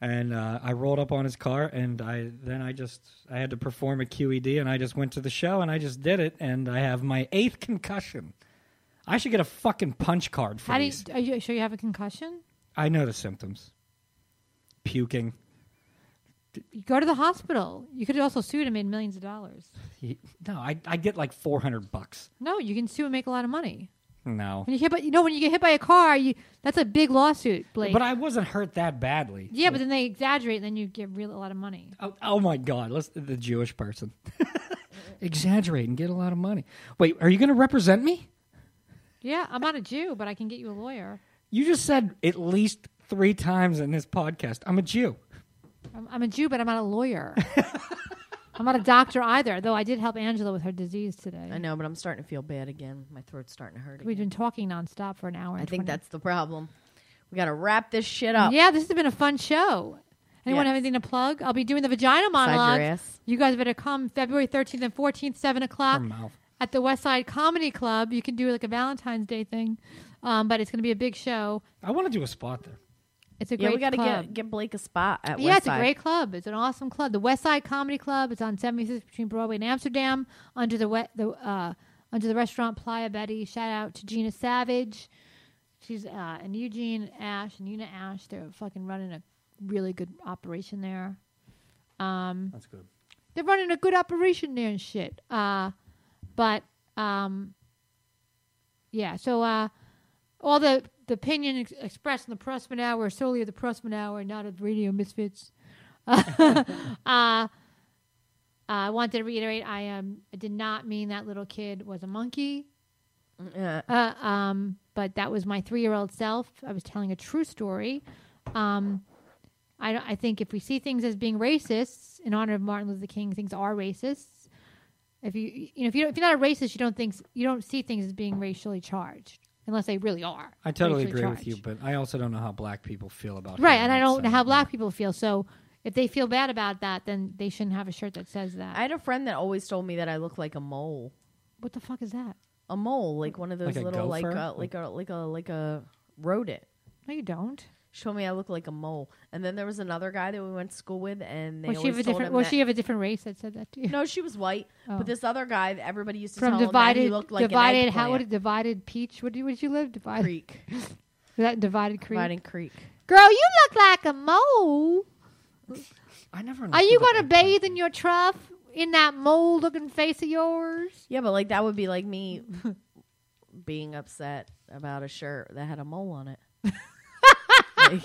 Speaker 5: and uh, I rolled up on his car. And I then I just I had to perform a QED, and I just went to the show, and I just did it, and I have my eighth concussion. I should get a fucking punch card for
Speaker 3: How do you,
Speaker 5: these.
Speaker 3: are you sure you have a concussion?
Speaker 5: I know the symptoms. Puking.
Speaker 3: You go to the hospital. You could have also sued and made millions of dollars.
Speaker 5: He- No, I I get like four hundred bucks.
Speaker 3: No, you can sue and make a lot of money.
Speaker 5: No,
Speaker 3: When you hit, by, you know, when you get hit by a car, you that's a big lawsuit, Blake.
Speaker 5: but I wasn't hurt that badly.
Speaker 3: yeah, but then they exaggerate, and then you get real a lot of money.
Speaker 5: Oh, oh my God! Let's the Jewish person exaggerate and get a lot of money. Wait, are you going to represent me?
Speaker 3: Yeah, I'm not a Jew, but I can get you a lawyer.
Speaker 5: You just said at least three times in this podcast I'm a Jew.
Speaker 3: I'm, I'm a Jew, but I'm not a lawyer. I'm not a doctor either, though I did help Angela with her disease today.
Speaker 4: I know, but I'm starting to feel bad again. My throat's starting to hurt.
Speaker 3: We've
Speaker 4: Again.
Speaker 3: been talking nonstop for an hour. and
Speaker 4: I
Speaker 3: 20
Speaker 4: think that's the problem. We got to wrap this shit up.
Speaker 3: Yeah, this has been a fun show. Anyone
Speaker 4: Yes.
Speaker 3: have anything to plug? I'll be doing the vagina monologue.
Speaker 4: ass.
Speaker 3: You guys better come February 13th and 14th, 7 o'clock
Speaker 5: Her mouth.
Speaker 3: at the West Side Comedy Club. You can do like a Valentine's Day thing, um, but it's going to be a big show.
Speaker 5: I want to do a spot there.
Speaker 3: It's a
Speaker 4: Yeah,
Speaker 3: great
Speaker 4: we got to
Speaker 3: club.
Speaker 4: get get Blake a spot at
Speaker 3: yeah, it's a
Speaker 4: Westside.
Speaker 3: great club. It's an awesome club. The West Side Comedy Club. It's on 76th between Broadway and Amsterdam, under the wet the uh, under the restaurant Playa Betty. Shout out to Gina Savage. She's uh, and Eugene Ash and Una Ash. They're fucking running a really good operation there. Um,
Speaker 5: That's good.
Speaker 3: they're running a good operation there and shit. Uh, but um, yeah, so uh, all the the opinion ex- expressed in the Pressman Hour are solely of the Pressman Hour, not of Radio Misfits. uh, I wanted to reiterate, I um, I did not mean that little kid was a monkey.
Speaker 4: Yeah.
Speaker 3: Uh, um, but that was my three year old self. I was telling a true story. Um, I, don't- I think if we see things as being racists in honor of Martin Luther King, things are racists. If you you know if you don't- if you're not a racist, you don't think you don't see things as being racially charged unless they really are.
Speaker 5: I totally
Speaker 3: racially
Speaker 5: agree with you,
Speaker 3: charged.
Speaker 5: but I also don't know how black people feel about
Speaker 3: right,
Speaker 5: hearing
Speaker 3: and I
Speaker 5: that,
Speaker 3: don't know
Speaker 5: so,
Speaker 3: how black
Speaker 5: yeah.
Speaker 3: people feel. So if they feel bad about that, then they shouldn't have a shirt that says that.
Speaker 4: I had a friend that always told me that I look like a mole.
Speaker 3: what the fuck is that?
Speaker 4: A mole, like one of those
Speaker 5: Like a
Speaker 4: little, like
Speaker 5: gopher?
Speaker 4: a, like a like a like a rodent.
Speaker 3: No, you don't.
Speaker 4: She told me I look like a mole. And then there was another guy that we went to school with, and they
Speaker 3: Was she
Speaker 4: always
Speaker 3: of a
Speaker 4: told
Speaker 3: different?
Speaker 4: him
Speaker 3: Was
Speaker 4: that-
Speaker 3: she of a different race that said that to you?
Speaker 4: No, she was white,
Speaker 3: Oh.
Speaker 4: but this other guy, that everybody used to
Speaker 3: from
Speaker 4: tell him that he
Speaker 3: divided
Speaker 4: looked like
Speaker 3: divided
Speaker 4: an
Speaker 3: how would it
Speaker 4: eggplant.
Speaker 3: divided peach what did what did you live divided
Speaker 4: creek,
Speaker 3: that divided creek
Speaker 4: dividing creek.
Speaker 3: girl you look like a mole
Speaker 5: I
Speaker 3: are
Speaker 5: never. understood
Speaker 3: you
Speaker 5: that
Speaker 3: gonna
Speaker 5: black
Speaker 3: bathe in your trough in that mole looking face of yours
Speaker 4: Yeah, but like that would be like me being upset about a shirt that had a mole on it, Like,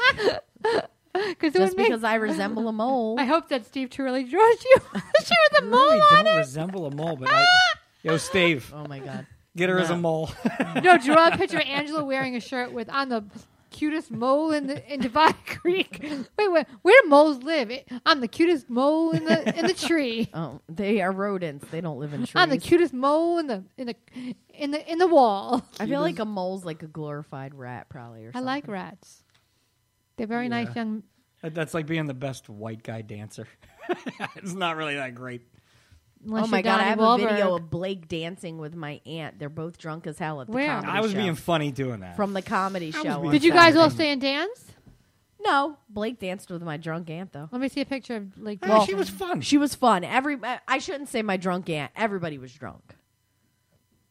Speaker 3: because it
Speaker 4: just
Speaker 3: would make
Speaker 4: because I resemble a mole.
Speaker 3: I hope that Steve Turley draws you she was a
Speaker 5: people
Speaker 3: mole
Speaker 5: really
Speaker 3: on
Speaker 5: don't
Speaker 3: it
Speaker 5: resemble a mole, but I, Yo, Steve,
Speaker 4: Oh my god.
Speaker 5: get her as a
Speaker 4: No.
Speaker 5: mole.
Speaker 3: No, draw a picture of Angela wearing a shirt with on the cutest mole in the in Divide Creek. Wait, wait, where do moles live? It- I'm the cutest mole in the in the tree.
Speaker 4: Oh, they are rodents. They don't live in trees.
Speaker 3: I'm the cutest mole in the in the in the in the wall.
Speaker 4: I feel like a mole's like a glorified rat, probably. Or
Speaker 3: I
Speaker 4: something.
Speaker 3: like rats. They're very nice young.
Speaker 5: That- That's like being the best white guy dancer. it's not really that great.
Speaker 3: Unless
Speaker 4: oh my
Speaker 3: you're
Speaker 4: god! I
Speaker 3: Donnie
Speaker 4: have a video
Speaker 3: Wahlberg.
Speaker 4: of Blake dancing with my aunt. They're both drunk as hell at the
Speaker 3: Where?
Speaker 4: comedy
Speaker 5: I was
Speaker 4: show.
Speaker 5: being funny doing that.
Speaker 4: from the comedy
Speaker 5: was
Speaker 4: show.
Speaker 5: being-
Speaker 4: on
Speaker 3: Did you guys all
Speaker 5: Saturday.
Speaker 3: stay and dance?
Speaker 4: No, Blake danced with my drunk aunt though.
Speaker 3: Let me see a picture of like.
Speaker 5: Eh, she was fun.
Speaker 4: She was fun. Every I- I shouldn't say my drunk aunt. Everybody was drunk.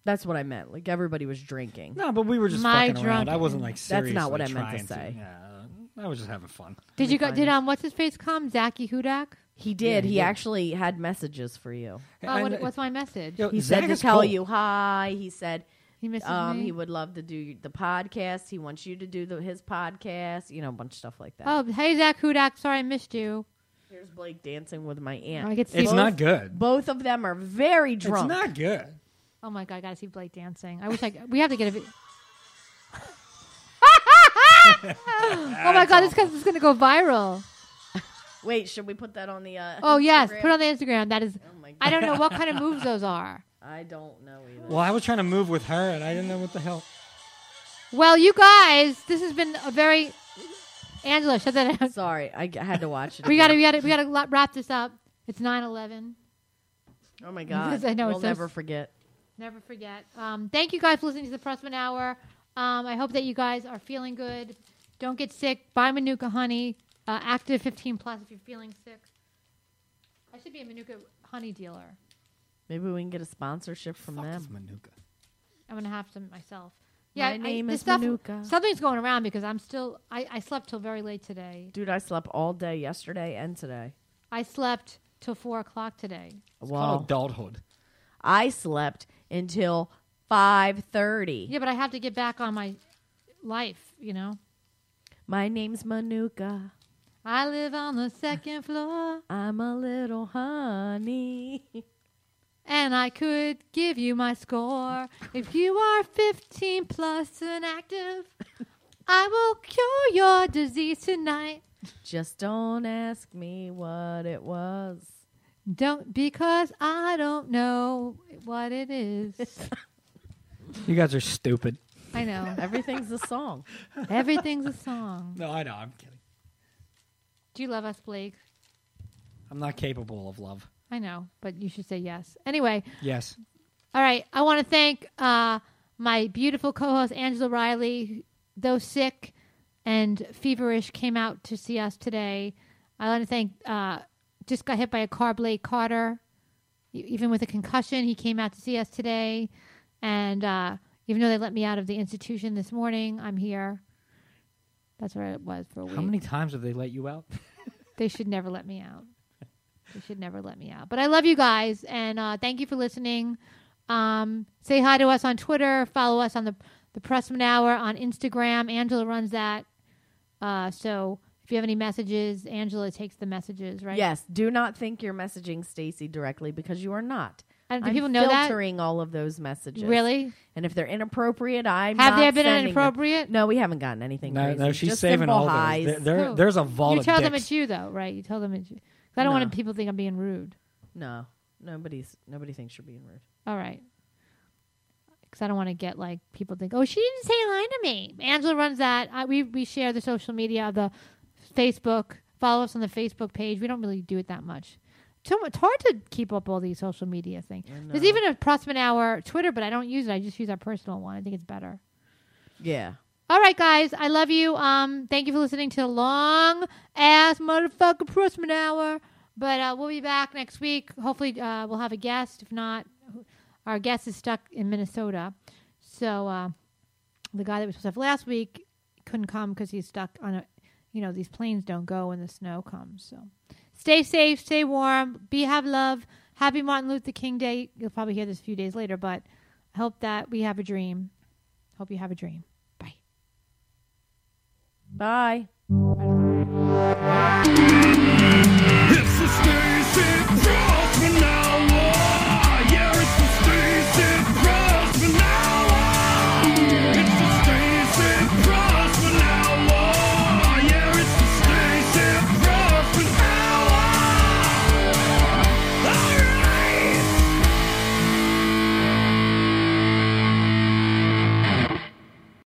Speaker 4: That's what I meant. Like everybody was drinking.
Speaker 5: no, but we were just
Speaker 3: My
Speaker 5: fucking around.
Speaker 3: drunk-
Speaker 5: I wasn't like
Speaker 4: not
Speaker 5: serious.
Speaker 4: what I meant to say.
Speaker 5: I was just having fun.
Speaker 3: Did you
Speaker 4: find
Speaker 3: guys? Did
Speaker 4: it.
Speaker 3: um? What's his face come? Zachy Hudak.
Speaker 4: He did.
Speaker 5: he
Speaker 4: he
Speaker 5: did.
Speaker 4: actually had messages for you.
Speaker 3: Uh,
Speaker 5: And-
Speaker 3: what, what's my message?
Speaker 5: Yo,
Speaker 4: He
Speaker 5: Zach
Speaker 4: said to
Speaker 5: is
Speaker 4: tell
Speaker 5: cool.
Speaker 4: you hi. He said
Speaker 3: He misses
Speaker 4: um,
Speaker 3: me.
Speaker 4: he would love to do the podcast. He wants you to do the, his podcast. You know, a bunch of stuff like that.
Speaker 3: oh, hey Zach Hudak. Sorry, I missed you.
Speaker 4: Here's Blake dancing with my aunt.
Speaker 3: Oh, I could see.
Speaker 5: It's not good.
Speaker 4: Both of them are very drunk.
Speaker 5: It's not good.
Speaker 3: Oh my god, I gotta see Blake dancing. I wish I. We have to get a. vi- oh my god, this guy- this is gonna go viral.
Speaker 4: Wait, should we put that on the? Uh,
Speaker 3: Oh yes,
Speaker 4: Instagram?
Speaker 3: put on the Instagram. That is.
Speaker 4: Oh my God.
Speaker 3: I don't know what kind of moves those are.
Speaker 4: I don't know either.
Speaker 5: Well, I was trying to move with her, and I didn't know what the hell.
Speaker 3: Well, you guys, this has been a very. Angela, shut that down.
Speaker 4: Sorry, I g- had to watch it.
Speaker 3: We
Speaker 4: again.
Speaker 3: gotta, we gotta, we gotta lo- wrap this up. It's 9-11.
Speaker 4: Oh my god!
Speaker 3: I know,
Speaker 4: we'll
Speaker 3: it's so
Speaker 4: never
Speaker 3: s-
Speaker 4: forget.
Speaker 3: Never forget. Um, thank you guys for listening to the Pressman Hour. Um, I hope that you guys are feeling good. Don't get sick. Buy Manuka honey. Uh, active 15 plus if you're feeling sick. I should be a Manuka honey dealer.
Speaker 4: Maybe we can get a sponsorship from
Speaker 5: Fuck is
Speaker 4: them.
Speaker 5: Manuka.
Speaker 3: I'm gonna have some myself. Yeah,
Speaker 4: My
Speaker 3: I-
Speaker 4: name
Speaker 3: this
Speaker 4: is
Speaker 3: stuff,
Speaker 4: Manuka.
Speaker 3: Something's going around because I'm still. I, I slept till very late today.
Speaker 4: Dude, I slept all day yesterday and today.
Speaker 3: I slept till four o'clock today.
Speaker 5: It's called
Speaker 4: Well,
Speaker 5: adulthood.
Speaker 4: I slept until five thirty.
Speaker 3: Yeah, but I have to get back on my life. You know,
Speaker 4: My name's Manuka.
Speaker 3: I live on the second floor.
Speaker 4: I'm a little honey.
Speaker 3: And I could give you my score. If you are 15 plus and active, I will cure your disease tonight.
Speaker 4: Just don't ask me what it was.
Speaker 3: Don't, because I don't know what it is.
Speaker 5: You guys are stupid.
Speaker 3: I know.
Speaker 4: Everything's a song.
Speaker 3: Everything's a song.
Speaker 5: No, I know. I'm kidding.
Speaker 3: Do you love us, Blake?
Speaker 5: I'm not capable of love.
Speaker 3: I know, but you should say yes. Anyway,
Speaker 5: Yes.
Speaker 3: All right. I want to thank uh, my beautiful co host, Angela Riley, though sick and feverish, came out to see us today. I want to thank, uh, just got hit by a car, Blake Carter. E- Even with a concussion, he came out to see us today. And uh, even though they let me out of the institution this morning, I'm here. That's where it was for a week.
Speaker 5: How many times have they let you out?
Speaker 3: They should never let me out. They should never let me out. But I love you guys, and uh, thank you for listening. Um, say hi to us on Twitter. Follow us on the the Pressman Hour on Instagram. Angela runs that. Uh, so if you have any messages, Angela takes the messages, right?
Speaker 4: Yes, do not think you're messaging Stacy directly because you are not.
Speaker 3: And do
Speaker 4: I'm
Speaker 3: people know that?
Speaker 4: filtering all of those messages.
Speaker 3: Really?
Speaker 4: And if they're inappropriate, I'm
Speaker 3: Have
Speaker 4: not
Speaker 3: there been
Speaker 4: sending them.
Speaker 3: inappropriate?
Speaker 4: No, we haven't gotten anything.
Speaker 5: No,
Speaker 4: crazy.
Speaker 5: no, she's
Speaker 4: Just
Speaker 5: saving
Speaker 4: simple
Speaker 5: all
Speaker 4: highs.
Speaker 5: those. There, there-
Speaker 3: Who?
Speaker 5: there's a vault
Speaker 3: You
Speaker 5: of
Speaker 3: tell them
Speaker 5: dicks.
Speaker 3: it's you, though, right? You tell them it's you. 'Cause I don't
Speaker 4: No.
Speaker 3: want people to think I'm being rude.
Speaker 4: No, nobody's nobody thinks you're being rude.
Speaker 3: All right. Because I don't want to get like people think, oh, she didn't say a line to me. Angela runs that. I, we we share the social media of the Facebook. Follow us on the Facebook page. We don't really do it that much. Too, mu- it's hard to keep up all these social media things. There's even a Prossman Hour Twitter, but I don't use it. I just use our personal one. I think it's better.
Speaker 4: Yeah.
Speaker 3: All right, guys. I love you. Um, thank you for listening to the long ass motherfucker Pressman Hour. But uh, we'll be back next week. Hopefully, uh, we'll have a guest. If not, our guest is stuck in Minnesota. So uh, the guy that was supposed to have last week couldn't come because he's stuck on a. You know, these planes don't go when the snow comes. So stay safe, stay warm, be have love. Happy Martin Luther King Day. You'll probably hear this a few days later, but I hope that we have a dream. Hope you have a dream. Bye.
Speaker 4: Bye.
Speaker 2: It's the Stacy